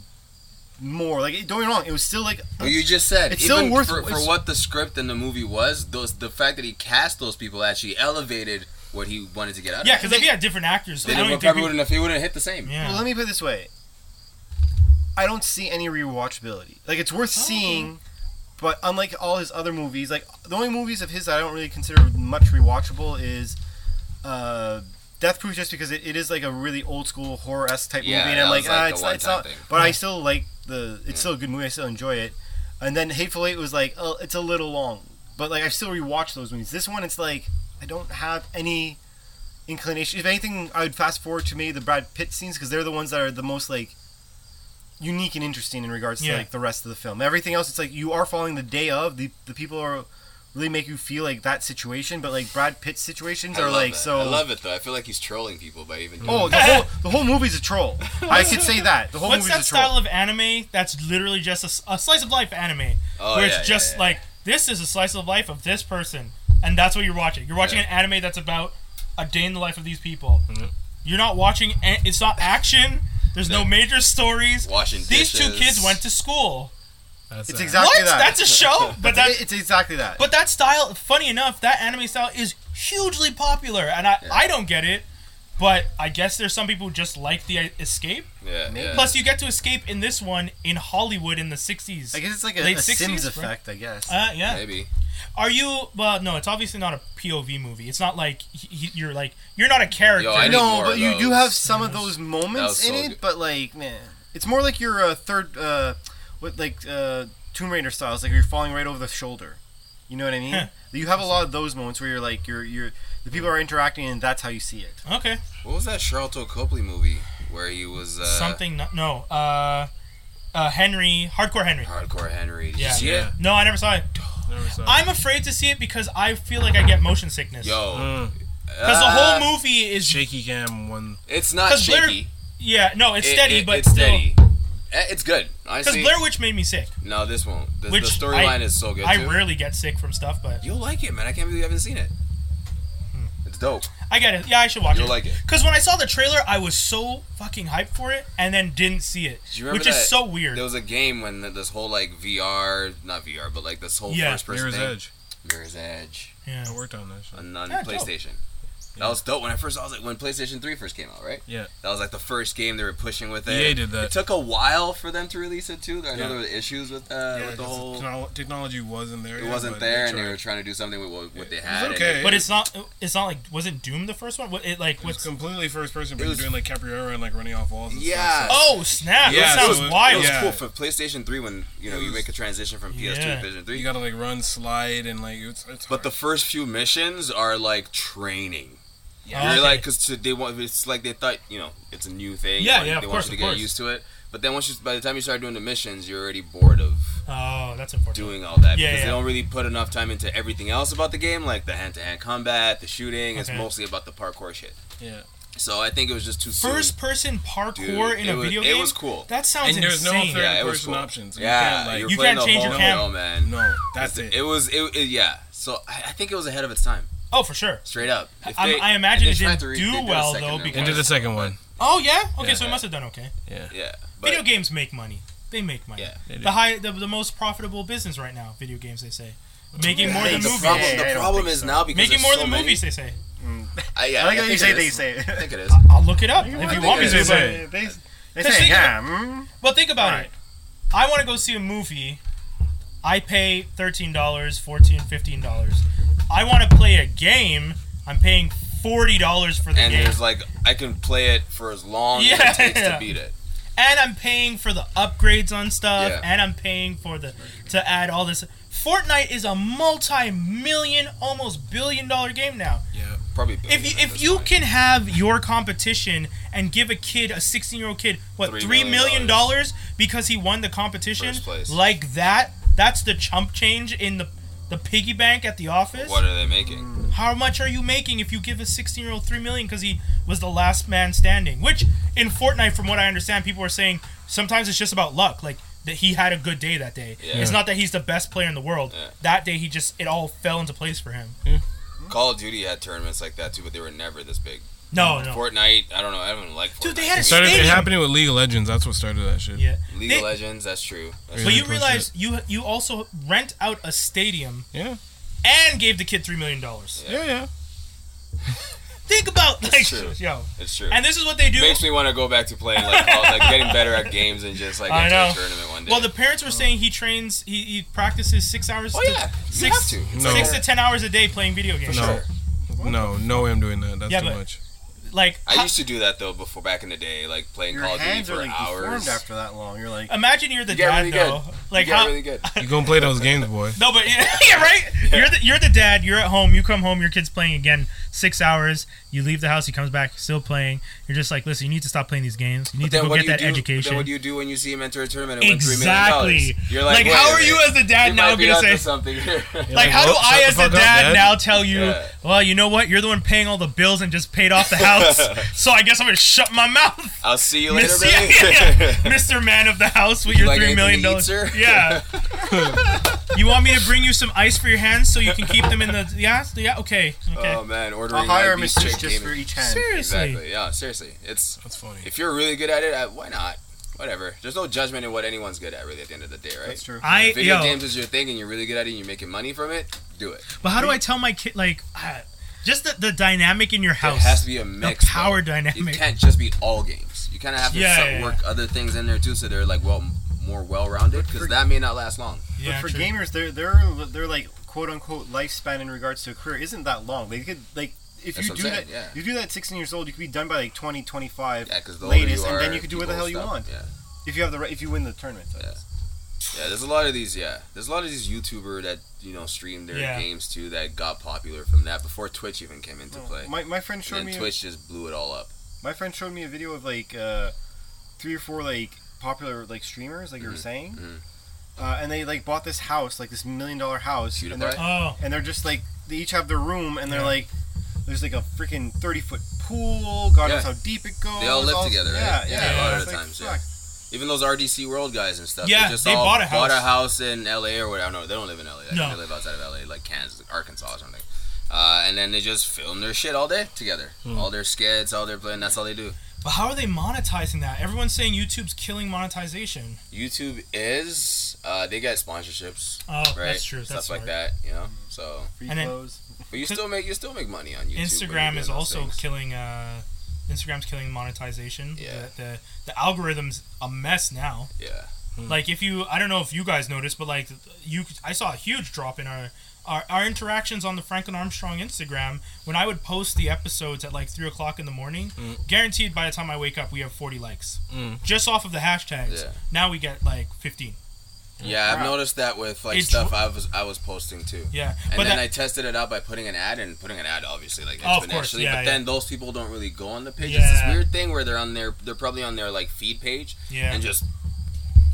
more like it- don't get me wrong it was still like
Well, you just said
It's
even
still worth-
for, for
it's-
what the script and the movie was. Those the fact that he cast those people actually elevated what he wanted to get out.
yeah,
of it.
because if he had different actors, I
Then
don't
it would-
even think
probably
we-
wouldn't have. He wouldn't have hit the same.
yeah.
Well, let me put it this way. I don't see any rewatchability. Like it's worth seeing, but unlike all his other movies, like the only movies of his that I don't really consider much rewatchable is uh, Death Proof, just because it, it is like a really old school horror esque type
Yeah,
movie, and
that
I'm like,
was, like,
ah,
the
it's, not- it's
one-time
not.
thing.
But I still like the. It's still a good movie. I still enjoy it. And then Hateful Eight was like, oh, it's a little long, but like I still rewatch those movies. This one, it's like I don't have any inclination. If anything, I would fast forward to maybe the Brad Pitt scenes because they're the ones that are the most like unique and interesting in regards to
Yeah.
like the rest of the film. Everything else, it's like you are following the day of the the people are really make you feel like that situation, but like Brad Pitt's situations
I
are
love
like
that.
so.
I love it though. I feel like he's trolling people by even. doing
Oh,
that.
the whole the whole movie's a troll. I could say that the whole
What's
movie's
that
a troll.
style of anime that's literally just a s- a, slice of life anime?
Oh,
where
yeah, yeah,
it's just
yeah.
like, this is a slice of life of this person. And that's what you're watching. You're watching
Yeah.
an anime that's about a day in the life of these people. You're not watching, a- it's not action. There's no
No.
major stories.
washing
These two
dishes.
kids went to school.
That's
It's
a-
exactly
what?
that.
That's
[LAUGHS]
a show? But that,
it's exactly that.
But that style, funny enough, that anime style is hugely popular, and I, I don't get it. But I guess there's some people who just like the uh, escape.
Yeah, yeah.
Plus, you get to escape in this one in Hollywood in the '60s.
I guess it's like a,
Late
a
60s,
Sims
right?
effect. I guess.
Uh, yeah.
maybe.
Are you? Well, no. It's obviously not a POV movie. It's not like he, he- you're like you're not a character.
Yo, I need
no,
more
but
of
you do
those.
have some of those
That
moments
was
in
so
it.
good.
But like, man, it's more like your uh, third, uh, what like uh, Tomb Raider styles, like you're falling right over the shoulder. You know what I mean?
Huh.
[LAUGHS] You have a lot of those moments where you're like, you're you're the people are interacting, and that's how you see it.
okay.
What was that Charlton Copley movie where he was uh,
Something. No. no uh, uh, Henry, hardcore Henry.
Hardcore Henry? Did
Yeah.
you see
Yeah.
No, I never saw it.
Never saw it.
I'm afraid to see it because I feel like I get motion sickness.
it? Yo,
Mm.
Because Uh-huh. the
uh,
whole movie is
shaky cam one.
It's not
'Cause Blair-
shaky.
Yeah, no, it's
It-
steady,
it-
but
it's
still.
steady. Eh, It's good.
Because
Honestly,
Blair Witch made me sick.
no, this won't. The, the
Which
storyline
I-
is so good.
I
too.
rarely get sick from stuff, but
You'll like it, man. I can't believe you haven't seen it. It's dope.
I get it. Yeah, Hmm. I should watch
You'll
it.
like it.
Because when I saw the trailer, I was so fucking hyped for it, and then didn't see it,
Do you remember
which is
that-
so weird.
There was a game when th- this whole like VR, not VR, but like this whole
Yeah.
first person
Mirror's
thing.
Edge.
Mirror's Edge
yeah.
I worked on that shit.
on, on
Yeah, dope.
PlayStation. That was dope. When I first, I was like, when PlayStation Three first came out, right?
Yeah.
That was like the first game they were pushing with it.
EA E did that.
It took a while for them to release it too. I know
Yeah.
there were issues with uh,
Yeah,
with the
'cause
whole.
technol- technology wasn't there.
It
yet,
wasn't
but
there, and they
tried.
were trying to do something with what, what they
It was
had. and
okay.
But it's not. It's not like wasn't Doom the first one? What- It like
It's
what's?
completely first person, but
It
you're
was-
doing like Capriera and like running off walls. And
Yeah.
Stuff, so-
Oh snap!
Yeah,
that sounds
so it-
It
wild.
was
Yeah.
cool for PlayStation 3 when you know
It
you
was-
make a transition from PS2
Yeah.
to PlayStation
You
3.
gotta like run, slide, and like it's. it's
But the
hard.
first few missions are like training.
Oh,
You're
okay.
like, because they want it's like they thought you know it's a new thing.
Yeah,
like,
yeah,
They want
of course,
you to
of
get
course.
used to it. But then once you, by the time you start doing the missions, you're already bored of
Oh, that's unfortunate.
doing all that
Yeah,
because
yeah.
they don't really put enough time into everything else about the game, like the hand-to-hand combat, the shooting. It's
Okay.
mostly about the parkour shit.
Yeah.
So I think it was just too soon.
First person parkour
Dude,
in
it
a
was-
video
it
game.
was cool.
That sounds
And there's no
insane.
third
yeah, it was
person
cool.
options. You
yeah,
can't, like-
you're
You
playing
can't
the
change your
whole
cam-
role, man.
No, that's
it,
it.
was it, it- yeah. So I, I think it was ahead of its time,
oh, for sure.
straight up. If
I'm-
they-
I imagine
they
it
tried
didn't
to re-
do
they did a
well,
second
though,
one.
because-
Into the second one.
Oh yeah. Okay,
Yeah,
so it
yeah.
must have done okay.
yeah, but
video games make money. They make money.
Yeah,
they do.
the high, the, the most profitable business right now. Video games, they say, making more
They
than
the
movie.
movies.
problem,
Yeah, I
the
don't
problem
think
is
so.
now because
Making
there's
more
so
than
many-
movies, they say.
I, yeah,
I like
I
how you
think
say
it
they
is.
say.
I
it.
think it
[LAUGHS]
is.
I'll look it up if you
think
want me
it
to.
is.
But
They, they, they
Just
say
think
yeah. mm.
But think about
Alright.
it. I want to go see a movie. I pay $13, $14, $15. I want to play a game. I'm paying $40 for the
And
game.
there's like I can play it for as long
Yeah.
as it takes to beat it.
And I'm paying for the upgrades on stuff.
Yeah.
And I'm paying for the to add all this. Fortnite is a multi million, almost billion dollar game now.
Yeah.
probably.
If
billion
you,
at
if
this
you
point.
can have your competition and give a kid, a 16 year old kid, what,
Three
$3
million
million dollars because he won the competition?
First place.
Like that, that's the chump change in the, the piggy bank at the office.
what are they making?
How much are you making if you give a 16 year old $3 million because he was the last man standing? Which in Fortnite, from what I understand, people are saying sometimes it's just about luck. Like, that he had a good day that day.
Yeah.
It's not that he's the best player in the world.
Yeah.
That day, he just, it all fell into place for him.
Mm-hmm.
Call of Duty had tournaments like that too, but they were never this big.
No, no.
Fortnite, I don't know. I don't even like Fortnite.
Dude, they had a
It started. It
stadium.
happened with League of Legends. That's what started that shit.
Yeah.
League of
They-
Legends. That's true. That's true.
But you
push
realize you you also rent out a stadium
Yeah.
and gave the kid three million dollars.
Yeah. Yeah.
Think about like
That's true.
yo,
It's true.
and this is what they do.
Makes me want to go back to playing like, call, like getting better at games and just like
I
into a
know.
tournament one day.
Well, the parents were saying he trains, he, he practices six hours.
oh
to,
yeah, you have
six
to. It's
No.
like-
six to ten hours a day playing video games.
No. No. No way I'm doing that. That's
Yeah,
too
but-
much.
Like,
I
how-
used to do that though before back in the day, like playing
Your
Call of Duty
hands
for
are like
hours.
deformed after that long. You're like,
imagine you're the
You get
dad
really good.
though.
You
Like
get
how?
really good.
You gonna play those games, boy?
No, but [LAUGHS] yeah,
[LAUGHS]
yeah, right. You're the you're the dad. You're at home. You come home. Your kid's playing again. Six hours. You leave the house. He comes back still playing. You're just like, listen, you need to stop playing these games. You need to go
what
get
do you
that
do?
education.
Then what do you do when you see him enter a tournament and win three
Exactly.
million dollars? You're
Like,
wait
how
a
are you
minute.
as the dad
You
now
might be
gonna
onto
say?
something here. [LAUGHS]
Like, how do
"Whoop,
I,
shut
as
the
the
fuck up,
dad,
Dad."
now tell you,
Yeah.
well, you know what? You're the one paying all the bills and just paid off
[LAUGHS]
the house, so I guess I'm gonna shut my mouth,
I'll see you later,
Miss, yeah,
baby.
[LAUGHS] yeah, yeah. Mr. Man of the House, with your
like
three million
anything
dollars.
to eat, sir? [LAUGHS]
[LAUGHS] Yeah. you want me to bring you some ice for your hands so you can keep them in the yeah yeah okay
[LAUGHS]
okay
Oh man, ordering
I'll hire a
like, these
masseuse
chick
just for
gaming-
each hand.
seriously
Exactly. Yeah. Seriously, it's
That's funny.
if you're really good at it, uh, why not? Whatever. There's no judgment in what anyone's good at, really. At the end of the day, right?
That's true.
I
If Video
yo,
games is your thing, and you're really good at it, and you're making money from it. Do it.
but how do I tell my kid like uh, just the, the dynamic in your
There
house
has to be a mix.
the power
though.
dynamic.
You can't just be all games. You kind of have to
Yeah,
suck-
yeah, yeah.
work other things in there too, so they're like well m- more well-rounded because that may not last long.
yeah,
but for
true.
gamers, their their their like quote unquote lifespan in regards to a career isn't that long. They could like if
That's
you
what
do
I'm saying,
that,
yeah.
you do that at 16 years old, you could be done by like 20, 25
Yeah, because the older
latest,
you are,
and then you could do what the
people
hell you
stop-
want
Yeah.
if you have the right, if you win the tournament. that
Yeah.
is.
Yeah, there's a lot of these. Yeah, there's a lot of these YouTuber that you know stream their
Yeah.
games too that got popular from that before Twitch even came into play.
My, my friend showed
and
Oh, me
then
a-
Twitch just blew it all up.
my friend showed me a video of like uh, three or four like popular like streamers like you were
Mhm,
saying,
mhm.
uh, and they like bought this house like this million dollar house, and they're
PewDiePie?
oh
and they're just like they each have their room and they're
Yeah.
like there's like a freaking 30 foot pool god knows
Yeah.
how deep it goes
They all live together, right?
yeah,
Yeah,
yeah,
a lot of
It's
the
like,
times,
fuck.
yeah. Even those RDC World guys and stuff.
Yeah,
they, just
they
all
bought a
Bought a
house.
house in LA or whatever. No, they don't live in LA. I think
No.
They live outside of LA, like Kansas, Arkansas or something. Uh, and then they just film their shit all day together.
Hmm.
All their skits, all their playing. That's all they do.
But how are they monetizing that? Everyone's saying YouTube's killing monetization.
YouTube is uh, they get sponsorships,
Oh,
right?
that's true.
Stuff
That's
like
smart.
that, you know. So,
free
And then-
flows
but you still make you still make money on YouTube. when you're
Instagram
doing
is
those
also
things.
killing. Uh, Instagram's killing monetization.
Yeah.
The, the the algorithm's a mess now.
yeah.
Like if you, I don't know if you guys noticed, but like you, I saw a huge drop in our. Our, our interactions on the Franklin Armstrong Instagram, when I would post the episodes at like 3 o'clock in the morning,
Hmm.
guaranteed by the time I wake up, we have 40 likes.
Mm.
Just off of the hashtags.
Yeah.
Now we get like 15.
Yeah, I've noticed that with like
Oh, It
stuff
dro-
I was I was posting too.
Yeah.
And
but
then
that,
I tested it out by putting an ad and putting an ad obviously like
Oh,
exponentially.
of course. Yeah,
but
yeah.
then those people don't really go on the page. It's this
Yeah.
weird thing where they're on their they're probably on their like feed page
yeah.
and just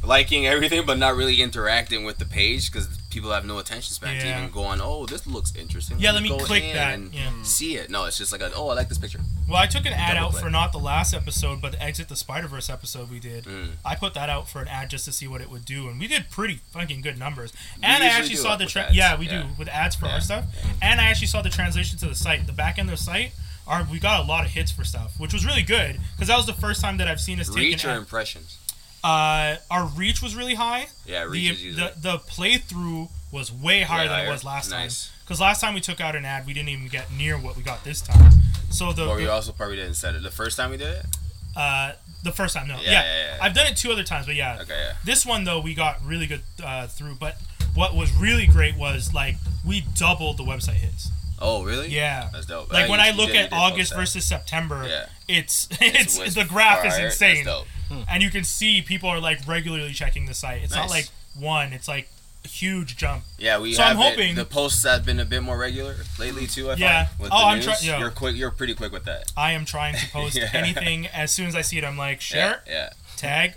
liking everything but not really interacting with the page because people have no attention span to
Yeah.
even go on. Oh, this looks interesting.
Yeah, let me
go
click
in
that.
and
Yeah.
see it. No, it's just like a, oh, I like this picture.
Well, I took an ad
Double
out
click.
for not the last episode, but the Exit the Spider Verse episode we did.
Mm.
I put that out for an ad just to see what it would do, and we did pretty fucking good numbers. and I
usually
actually
do
saw
it
the
with
tra-
ads,
yeah we
yeah.
do with ads for
Yeah,
our stuff, and I actually saw the translation to the site. The back end of the site are we got a lot of hits for stuff, which was really good because that was the first time that I've seen us take
Reach
an
or
ad.
impressions.
Uh, our reach was really high.
Yeah, reach
The,
is usually
the the playthrough was way higher than
higher.
it was last
Nice.
time. Because last time we took out an ad, we didn't even get near what we got this time. So the,
Or
the
we also probably didn't set it the first time we did it.
Uh, the first time, no.
Yeah,
Yeah,
yeah, yeah.
I've done it two other times, but yeah.
Okay, yeah.
This one though, we got really good uh, through. But what was really great was like we doubled the website hits.
Oh, really?
Yeah.
That's dope.
Like
Yeah,
when
you-
I
you
look
did- you
at
did post
August
that.
versus September,
Yeah.
it's [LAUGHS] it's,
was
the graph is
fire. That's
insane,
dope.
and you can see people are like regularly checking the site. It's
Nice.
not like one; it's like huge jump.
Yeah, we.
So
have
I'm
been-
hoping-
the posts have been a bit more regular lately too. I
Yeah.
find, with
Oh,
the
I'm
news.
try- yo.
You're quick. You're pretty quick with that.
I am trying
[LAUGHS]
to post
Yeah.
anything as soon as I see it. I'm like share,
Yeah, yeah,
tag,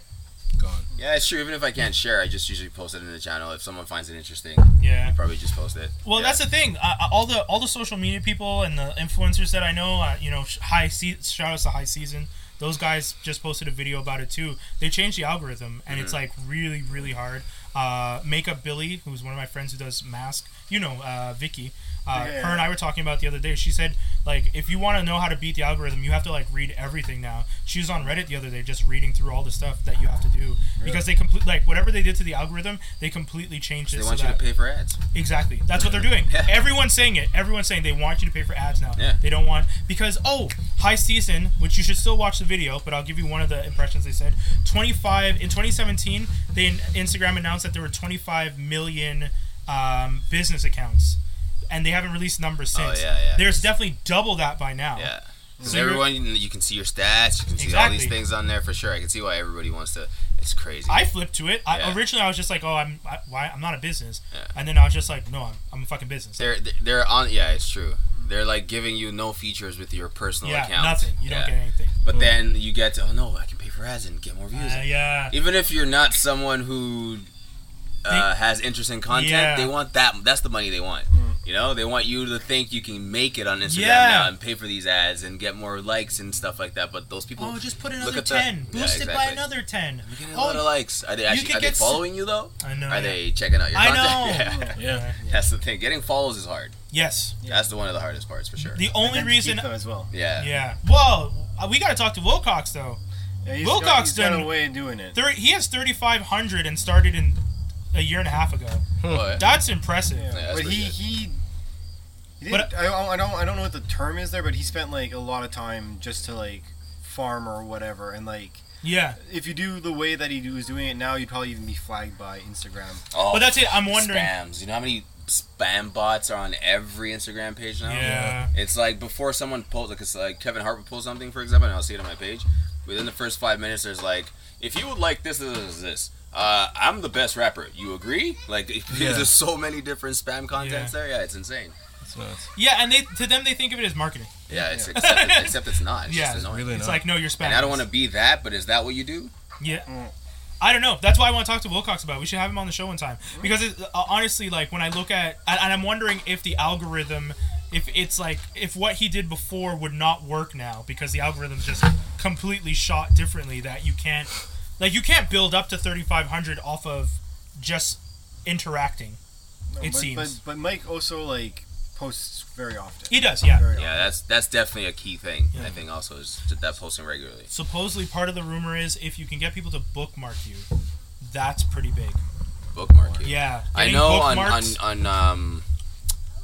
Gone.
yeah. It's true. Even if I can't share, I just usually post it in the channel. If someone finds it interesting,
yeah.
I probably just post it.
Well,
Yeah.
that's the thing. Uh, uh, all the all the social media people and the influencers that I know, uh, you know, sh- high se- shout outs to High Season. Those guys just posted a video about it too. They changed the algorithm, and it's
Mm-hmm.
like really, really hard. Uh, Makeup Billy, who's one of my friends who does mask, you know, uh, Vicky. Uh,
Yeah.
Her and I were talking about it the other day. She said, like, if you want to know how to beat the algorithm, you have to like read everything now. She was on Reddit the other day, just reading through all the stuff that you have to do because they complete like whatever they did to the algorithm, they completely changed it.
They
so
want you
that-
to pay for ads.
Exactly. That's what they're doing.
Yeah.
Everyone's saying it. Everyone's saying they want you to pay for ads now.
Yeah.
They don't want because oh, high season, which you should still watch the video, but I'll give you one of the impressions they said. 25 in 2017, they Instagram announced that there were 25 million um, business accounts, and they haven't released numbers
Oh,
since.
yeah, yeah.
There's definitely double that by now.
Yeah. Because
So you're-
everyone, you can see your stats, you can see all
Exactly.
these things on there for sure. I can see why everybody wants to. It's crazy.
I flipped to it. I,
Yeah.
Originally, I was just like, "Oh, I'm I, why I'm not a business,"
Yeah.
and then I was just like, "No, I'm, I'm a fucking business."
they're they're on. Yeah, it's true. They're like giving you no features with your personal
yeah,
account.
nothing. You
Yeah.
don't get anything.
But then you get to oh no, I can pay for ads and get more views.
Uh, yeah.
Even if you're not someone who uh, has interesting content,
Yeah. Mm.
they want that. That's the money they want. You know, they want you to think you can make it on Instagram
Yeah.
now and pay for these ads and get more likes and stuff like that. But those people,
Oh, just put
look
another
at the-
ten.
Yeah,
Boost it by
exactly.
another ten.
You're getting a lot of
Oh,
likes. Are they actually?
could
Are they
get s-
following you though?
I know.
Are
yeah.
they checking out your
I
content?
know.
[LAUGHS] Yeah.
Yeah.
That's the thing. Getting follows is hard.
Yes.
That's the one of the hardest parts for sure.
The only
And to keep
reason.
them as well.
yeah.
Yeah. Well, uh, we got to talk to Wilcox though.
Yeah, he's
Wilcox
got, he's got
done-
a way of doing it.
Thir- he has 3,500 and started in a year and a half ago.
But-
That's impressive.
Yeah.
that's
but
pretty
he
good.
he. he
But-
didn't- I, don't- I don't I don't know what the term is there, but he spent like a lot of time just to like farm or whatever, and like
Yeah.
if you do the way that he was doing it now, you'd probably even be flagged by Instagram.
Oh,
But that's it. I'm wondering.
Spams. You know how many spam bots are on every Instagram page now?
Yeah.
It's like before someone posts, like, it's like Kevin Hart would post something, for example, and I'll see it on my page. Within the first five minutes, there's like, if you would like this, this, this, this. Uh, I'm the best rapper. You agree? Like, [LAUGHS] there's so many different spam contents there. Yeah, it's insane.
It's nuts.
Yeah, and they to them they think of it as marketing.
Yeah, it's except, it's, except it's not. It's
Yeah,
just annoying.
Really
It's
not.
like no, you're spam.
And I don't want to be that, but is that what you do?
Yeah. I don't know. That's why I want to talk to Wilcox about. It. We should have him on the show one time because it, uh, honestly, like when I look at, and and I'm wondering if the algorithm, if it's like if what he did before would not work now because the algorithm's just completely shot differently. That you can't, like you can't build up to 3,500 off of just interacting.
No,
It
but,
seems.
but but Mike also like posts very often.
He does, yeah.
Very
Yeah, that's that's definitely a key thing.
Yeah.
I think also is that posting regularly.
Supposedly, part of the rumor is if you can get people to bookmark you, that's pretty big.
Bookmark it.
Yeah.
I
Getting
know on, on
bookmarked-
on um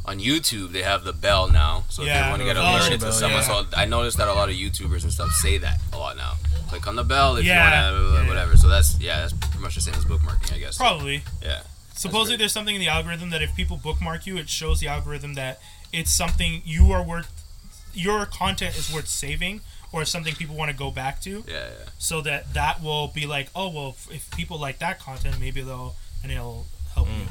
on YouTube they have the bell now, so if
Yeah.
you want to get
Oh,
alerted
bell,
to someone,
yeah.
so I noticed that a lot of YouTubers and stuff say that a lot now. Click on the bell if
Yeah.
you want
Yeah.
to, whatever. So that's yeah, that's pretty much the same as bookmarking, I guess.
Probably.
Yeah.
Supposedly,
weird.
there's something in the algorithm that if people bookmark you, it shows the algorithm that it's something you are worth. Your content is worth saving, or something people want to go back to,
Yeah, yeah.
so that that will be like, oh well, if- if people like that content, maybe they'll and it'll help you.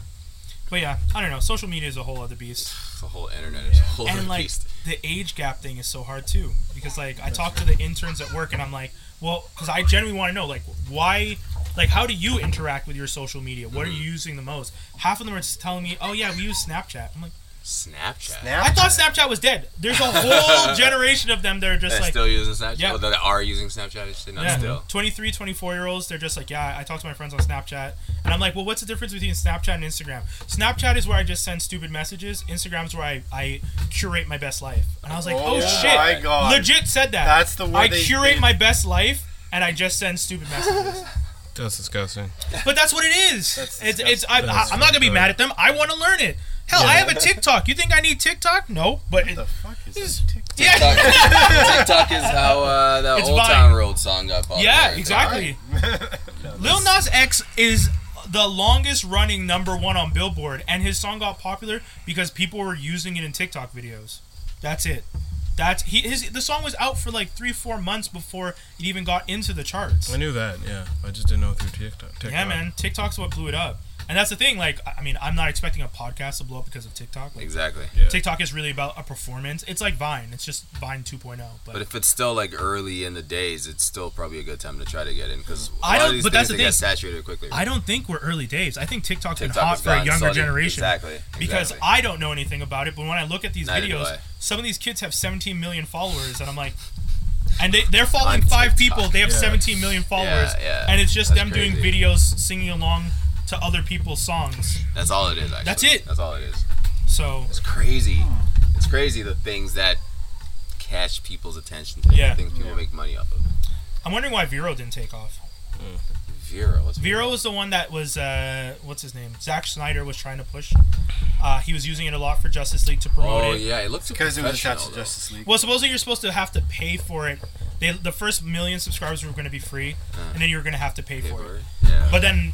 But yeah, I don't know. Social media is a whole other beast,
It's a whole internet. It's a whole
and
other
like
beast.
the age gap thing is so hard too, because like I talk to the interns at work, and I'm like, well, because I genuinely want to know, like, why like how do you interact with your social media what are you using the most half of them are just telling me oh yeah we use snapchat i'm like
Snapchat.
Snap-
i thought snapchat was dead there's a whole generation of them that are just
They're
like
still using Snapchat.
Yeah.
Oh, they are using Snapchat. I should say, not
yeah,
still.
23 24 year olds they're just like yeah i talk to my friends on snapchat and i'm like well what's the difference between snapchat and instagram snapchat is where i just send stupid messages instagram's where i, I curate my best life and i was like oh, shit
my god!
legit said that
That's the word
i
they-
curate
they-
my best life and i just send stupid messages
[LAUGHS]
That's disgusting.
But that's what it is.
That's
it's it's. I,
That's
I'm not gonna be
fucked
mad at them. I want to learn it. Hell, I have a TikTok. You think I need TikTok? No, but it,
What the fuck is
This-
this?
[LAUGHS]
TikTok?
yeah,
TikTok, TikTok is [LAUGHS] how uh, the
It's
Old
Vine.
Town Road song got popular.
yeah, exactly.
[LAUGHS]
Lil Nas X is the longest running number one on Billboard, and his song got popular because people were using it in TikTok videos. That's it. That's he. His the song was out for like three, four months before it even got into the charts.
I knew that. Yeah, I just didn't know through TikTok. TikTok.
Yeah, man. TikTok's what blew it up. And that's the thing. Like, I I mean, I'm not expecting a podcast to blow up because of TikTok. Like,
Exactly.
TikTok is really about a performance. It's like Vine. It's just Vine 2.0. But,
But if it's still like early in the days, it's still probably a good time to try to get in because a
I
lot of
don't-
these
but
things
that's the
they get
thing.
saturated quickly.
I don't think we're early days. I think TikTok's been
TikTok
hot
is
for a
gone,
younger
so I think-
generation.
Exactly.
Because
exactly.
I don't know anything about it, but when I look at these
Neither do
videos,
I.
some of these kids have 17 million followers, and I'm like, and they, they're following
On
five
TikTok.
people, they have
Yeah.
17 million followers,
yeah.
and it's just
That's
them doing
crazy.
videos singing along to other people's songs.
that's all it is. Actually.
That's it.
That's all it is.
So,
It's crazy. It's crazy the things that catch people's attention.
Yeah.
The things people make money off of.
I'm wondering why Vero didn't take off.
Vero. What's
Vero was the one that was, uh, what's his name? Zack Snyder was trying to push. Uh, he was using it a lot for Justice League to promote
Oh
it.
yeah, it looks
Because it was attached to
professional, though.
Justice League.
Well, supposedly you're supposed to have to pay for it. They, the first million subscribers were going to be free,
Uh.
and then you were going to have to pay for it.
Yeah.
But then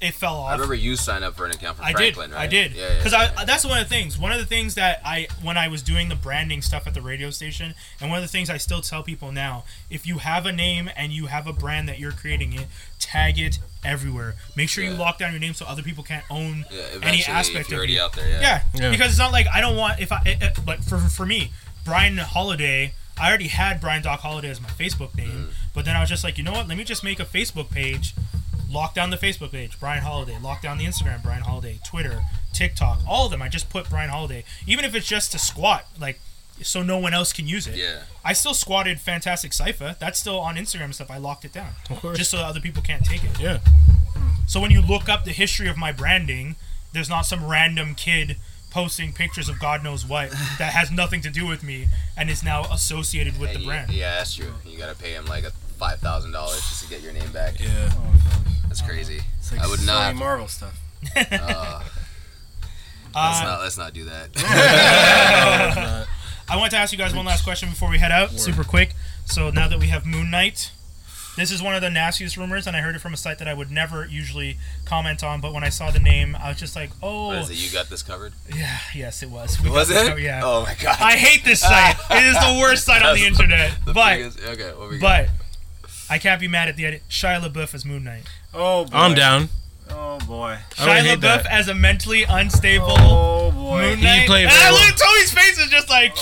it fell
I
off.
remember you signed up for an account for
I did.
Franklin, right?
I did.
Yeah, yeah,
Because
yeah.
I that's one of the things. One of the things that I when I was doing the branding stuff at the radio station, and one of the things I still tell people now, if you have a name and you have a brand that you're creating it, tag it everywhere. Make sure you
Yeah.
lock down your name so other people can't own
Yeah,
any
eventually, if
aspect
you're
of
already
you.
out there, yeah.
Yeah.
Yeah.
because it's not like I don't want if I it, it- like for for me, Brian Holiday. I already had Brian Doc Holiday as my Facebook name,
Mm.
but then I was just like, you know what? Let me just make a Facebook page. Lock down the Facebook page, Brian Holiday. Lock down the Instagram, Brian Holiday. Twitter, TikTok, all of them. I just put Brian Holiday, even if it's just to squat, like so no one else can use it.
Yeah.
I still squatted Fantastic Cypher. That's still on Instagram and stuff. I locked it down
Of course.
just so that other people can't take it.
Yeah.
So when you look up the history of my branding, there's not some random kid posting pictures of God knows what that has nothing to do with me and is now associated with
And
the
you-
brand.
Yeah, that's true. You gotta pay him like a five thousand dollars just to get your name back.
Yeah.
That's crazy.
It's like
I would
Sony
not.
Marvel stuff.
Uh, let's
Uh,
not. Let's not do that.
I want to ask you guys one last question before we head out, super quick. So now that we have Moon Knight, this is one of the nastiest rumors, and I heard it from a site that I would never usually comment on. But when I saw the name, I was just like, "Oh,
What is it? You got this covered.
yeah, yes, it was." We got
Was
this
it?
covered, Yeah.
Oh my god.
I hate this site. it is the worst site on
[LAUGHS]
the
That's the-
internet.
The
but
biggest- okay. What we got?
But I can't be mad at the edit. Shia LaBeouf as Moon Knight.
Oh boy.
I'm down.
Oh boy.
I would
Shia LaBeouf
hate that.
as a mentally unstable
Oh boy.
Moon Knight.
played
and I
very
look at Tony's face is just like,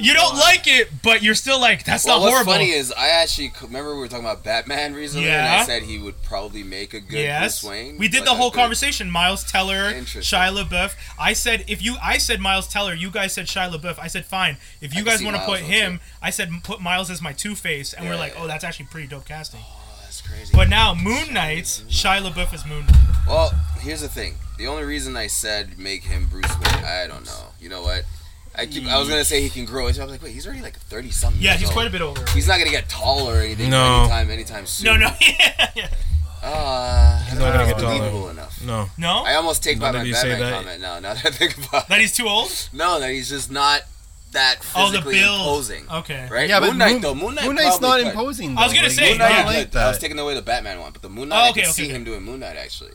you don't like it, but you're still like, that's
Well,
not
what's
horrible.
funny is I actually c- remember we were talking about Batman recently, and
Yeah.
I said he would probably make a good
yes,
Bruce Wayne.
we did
like
the
a
whole
good-
conversation. Miles Teller,
Interesting.
Shia LaBeouf. I said if you, I said Miles Teller. You guys said Shia LaBeouf. I said fine. If you
can
guys
see
want to
Miles
put
on
him, I said put Miles as my Two Face, and we're
Yeah,
like,
yeah,
oh, that's actually pretty dope casting.
Oh, that's crazy.
But now Moon Knight, Shia LaBeouf is Moon. Knight.
Well, here's the thing. The only reason I said make him Bruce Wayne, I don't know. You know what? I keep. I was gonna say he can grow. I was like, wait, he's already like thirty something.
Yeah, he's quite a bit older.
He's not gonna get taller or anything
No.
anytime, anytime soon.
No, [LAUGHS] no, yeah, yeah.
Uh, he's
not gonna get taller.
believable enough.
No.
no.
I almost take
Now
back
that
my
you say
Batman
that-
comment now. Now that I think about
That
it,
he's too old.
no, that he's just not that
Oh, the
physically
build.
imposing.
Okay.
Right?
Yeah, but
Moon Knight
Moon-
though. Moon Knight.
Moon Knight's
probably
not
could.
imposing.
I was
though.
gonna
Like,
say,
Moon Knight,
yeah.
I like
I was
that.
taking away the Batman one, but the Moon
Oh,
Knight,
okay,
I can
okay,
see
okay.
him doing Moon Knight actually.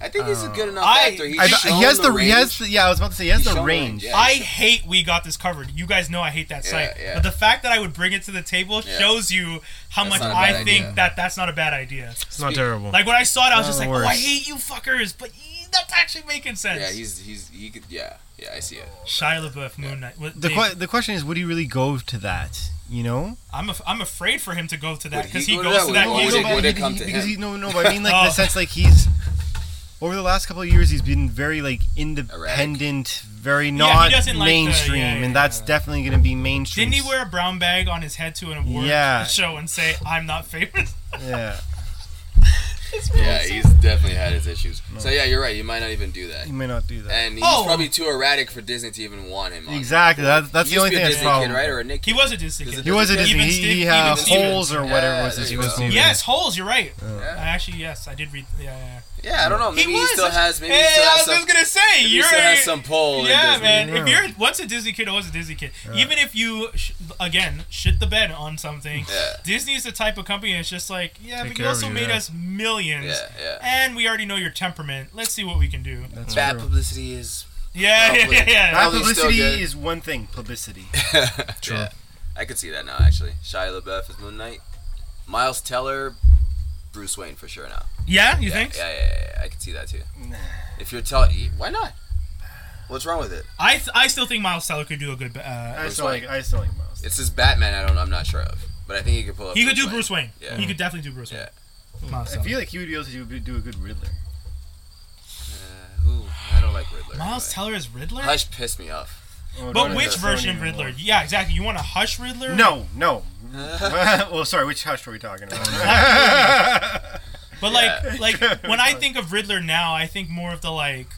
I think he's a good enough
I-
actor. He's
I-
shown
he has the, he has
range.
the- yeah. I was about to say he has
He's
the
shown
range.
yeah,
I
he's
hate we got this covered. You guys know I hate that
Yeah,
site.
yeah.
But the fact that I would bring it to the table
Yeah.
shows you how
That's
much
not a
I
bad
think
idea.
that that's not a bad idea.
It's not terrible.
Like when I saw it, I was
Not
just
the
like, "Oh, I
worst.
hate you fuckers," but eh, that's actually making sense.
Yeah, he's he's he could yeah yeah I see it.
Shia LaBeouf, Moon Knight. What-
The
Dave,
que- the question is, would he really go to that? You know,
I'm af- I'm afraid for him to go to that
Would
because
he
he,
go to
goes
that?
to that.
Would
No,
he
he's
go
but
would it
he-
come
he-
to
because
him?
he no no. But I mean, like in
[LAUGHS] Oh.
the sense like he's over the last couple of years, he's been very like independent, very not
doesn't like the- yeah,
mainstream,
yeah,
and that's
yeah.
definitely gonna be mainstream.
Didn't he wear a brown bag on his head to an award
Yeah.
show and say, "I'm not famous"? [LAUGHS]
Yeah,
Yeah, he's definitely had his issues. So yeah, you're right. You might not even do that,
he may not do that.
and he's
Oh.
probably too erratic for Disney to even want him. On
Exactly. That, that's
He
the only
used to be
thing
a
that's
Disney
problem.
kid, right, or a Nick?
He was a Disney kid.
He was a
Even
Disney. He,
Steve-
he had
even Steven.
holes or whatever
Yeah,
was
there
this.
you
Even
go.
Steven.
Yes, holes. You're right. I
Yeah.
actually, yes, I did read. Yeah, yeah. yeah.
yeah, I don't know. Maybe he,
was.
still has. Maybe
hey,
he still
I
has
was
some.
just gonna say
maybe he
you're.
still has some pull.
yeah,
in Disney.
man. If
Yeah.
you're once a Disney kid, always a Disney kid. Even if you sh- again shit the bed on something,
Yeah.
Disney is the type of company that's just like, yeah,
Take
but you
care of
also
you,
made
yeah.
us millions,
Yeah, yeah.
and we already know your temperament. Let's see what we can do.
That's
Bad
true.
publicity [LAUGHS] is.
Yeah, [LAUGHS] yeah,
Probably.
yeah, yeah.
Bad
Probably still
publicity
good.
is one thing. Publicity.
True. I could see that now actually. Shia LaBeouf is Moon Knight. Miles Teller. Bruce Wayne for sure now.
Yeah, you
yeah,
think?
Yeah, yeah, yeah, yeah. I can see that too. If you're telling, why not? What's wrong with it?
I th- I still think Miles Teller could do a good. Uh,
I still like I still like Miles.
It's this Batman. I don't. I'm not sure of, but I think he could pull up.
he could do Bruce Wayne.
Yeah.
He could definitely do Bruce Wayne. Miles
I
Teller.
feel like he would be able to do, do a good Riddler.
Uh, ooh, I don't like Riddler.
Miles
anyway.
Teller is Riddler.
Hush pissed me off.
Oh, don't
but
even-
which
don't
version
even
of Riddler?
look.
Yeah, exactly. You want a Hush Riddler?
No, no. [LAUGHS] well, sorry. Which hush are we talking [LAUGHS] about?
But
Yeah.
like,
[LAUGHS]
like when I think of Riddler now, I think more of the like,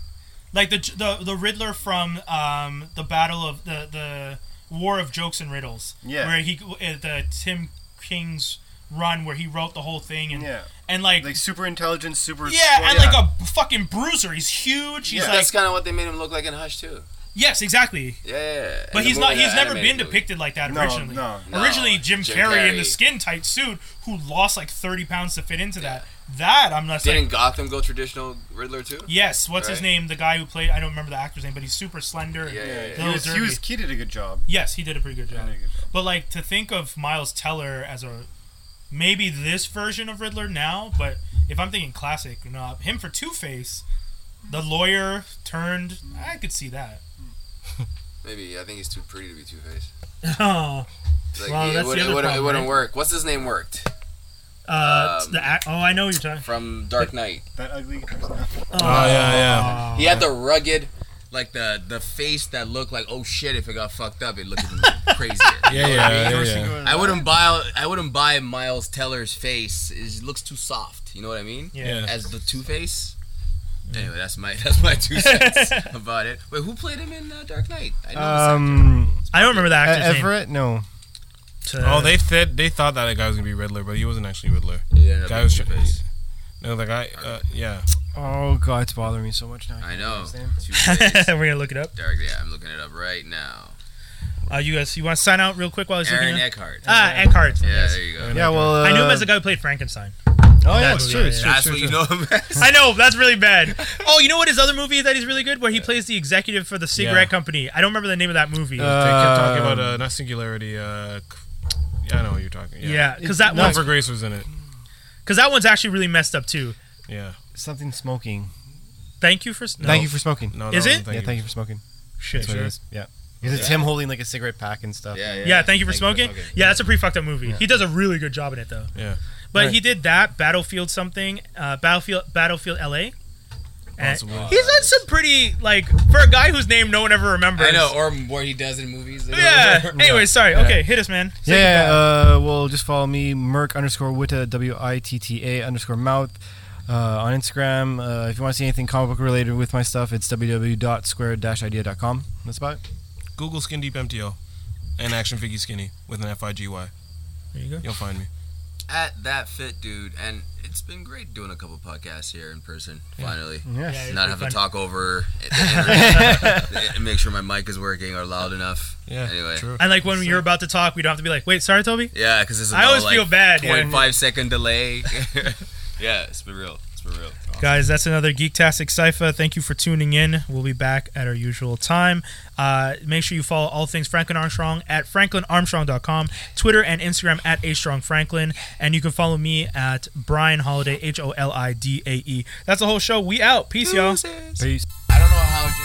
like the the, the Riddler from um, the Battle of the the War of Jokes and Riddles.
Yeah.
Where he uh, the Tim King's run where he wrote the whole thing and
yeah,
and like,
like super intelligent, super.
yeah
smart-
and like a b- fucking bruiser. He's huge. He's
Yeah,
like
that's kind of what they made him look like in Hush too.
yes, exactly.
Yeah, yeah, yeah.
But
In the
he's not.
movie,
He's
the
never been
animated movie.
depicted like that
No,
originally.
no.
No,
Originally, Jim,
Jim
Carrey, in the
Carrey.
skin tight suit, who lost like thirty pounds to fit into that. That I'm not saying.
Didn't Gotham go traditional Riddler too?
Yes, what's his
Right?
name? The guy who played I don't remember the actor's name, but he's super slender.
Yeah, yeah, yeah.
He was, he
Derby.
was he did a good job.
Yes, he did a pretty good job.
He did a good job.
But like to think of Miles Teller as a maybe this version of Riddler now, but if I'm thinking classic, you know, him for Two Face, the lawyer turned I could see [LAUGHS] that.
Maybe I think he's too pretty to be Two Face.
Oh,
Like,
Well,
it,
that's
would,
the
it,
other
would, it
problem,
wouldn't
right?
work. What's his name worked
uh,
Um,
the act. Oh, I know what you're talking.
from Dark Knight?
That ugly.
Oh yeah, yeah.
He
Uh-huh.
had the rugged, like the the face that looked like oh shit if it got fucked up it looked even [LAUGHS] crazier.
Yeah, yeah, yeah, yeah.
I wouldn't buy I wouldn't buy Miles Teller's face. It looks too soft. You know what I mean?
Yeah.
As the Two Face. Anyway, that's my [LAUGHS] that's my two
[LAUGHS]
cents about it. Wait, who played him in uh, Dark Knight? I know
Um,
I don't remember the actor's name.
Everett? No.
Oh, they said they thought that guy was gonna be Riddler, but he wasn't actually Riddler.
this guy. Yeah,
Guy was
Two
trying.
Face.
No, the guy. Uh, yeah.
Oh God, it's bothering me so much now.
I
can't remember
know.
his name.
Two
[LAUGHS]
Face.
[LAUGHS] We're gonna look it up.
Dark. Yeah, I'm looking it up right now.
Uh, you guys, you want to sign out real quick while he's looking
Aaron
it up?
Eckhart.
Ah, Eckhart.
yeah,
Yes.
there you go.
Yeah, well, uh,
I knew him as the guy who played Frankenstein.
Oh
that
yeah, it's
movie,
true.
yeah,
It's true.
That's
it's true,
what you
it's
know him as.
[LAUGHS] I know that's really bad. Oh, you know what his other movie is that he's really good, where he plays the executive for the cigarette
Yeah.
company. I don't remember the name of that movie.
Uh,
they kept talking about
Um,
uh, not singularity. Uh, c- yeah, I know what you're talking.
yeah, because that
No,
one's
Topher Grace was in it.
because that one's actually really messed up too.
Yeah.
true. Something smoking.
Thank you for s- no.
Thank you for smoking.
No.
Is
that
it?
wasn't
yeah, thank you for smoking.
shit.
That's what it is. Yeah. Because it's him holding like a cigarette pack and stuff.
Yeah, thank you for smoking. Yeah, that's a pretty fucked up movie. He does a really good job in it though.
Yeah.
But
Right.
he did that Battlefield something, uh, Battlefield Battlefield L.A. And
Possibly.
he's done some pretty like for a guy whose name no one ever remembers.
I know, or what he does in movies. [LAUGHS]
[LAUGHS] Yeah. Anyway, sorry. Okay, hit us, man. Say
Yeah,
goodbye.
uh, well, just follow me, Merk underscore Witta, W I T T A underscore mouth, uh, on Instagram. Uh, if you want to see anything comic book related with my stuff, it's www.square idea.com. That's about it.
Google Skin Deep MTO and Action Figgy Skinny with an F I G Y.
There you go.
You'll find me.
At that fit, dude, and it's been great doing a couple podcasts here in person. Finally,
Yes.
Yeah,
not
it's
have
fun.
to talk
[LAUGHS]
over the internet. make sure my mic is working or loud enough.
Yeah.
Anyway.
True.
And like when you're about to talk, we don't have to be like, "Wait, sorry, Toby."
Yeah, because it's
I
about,
always
like,
feel bad, yeah.
0.5 second delay. [LAUGHS] yeah, it's been real. It's been real.
Guys, that's another Geektastic Cypher. Thank you for tuning in. We'll be back at our usual time. Uh, make sure you follow all things Franklin Armstrong at franklinarmstrong.com, Twitter and Instagram at A Strong Franklin. And you can follow me at Brian Holiday, H O L I D A E. That's the whole show. We out. Peace, y'all.
Peace.
I don't know how.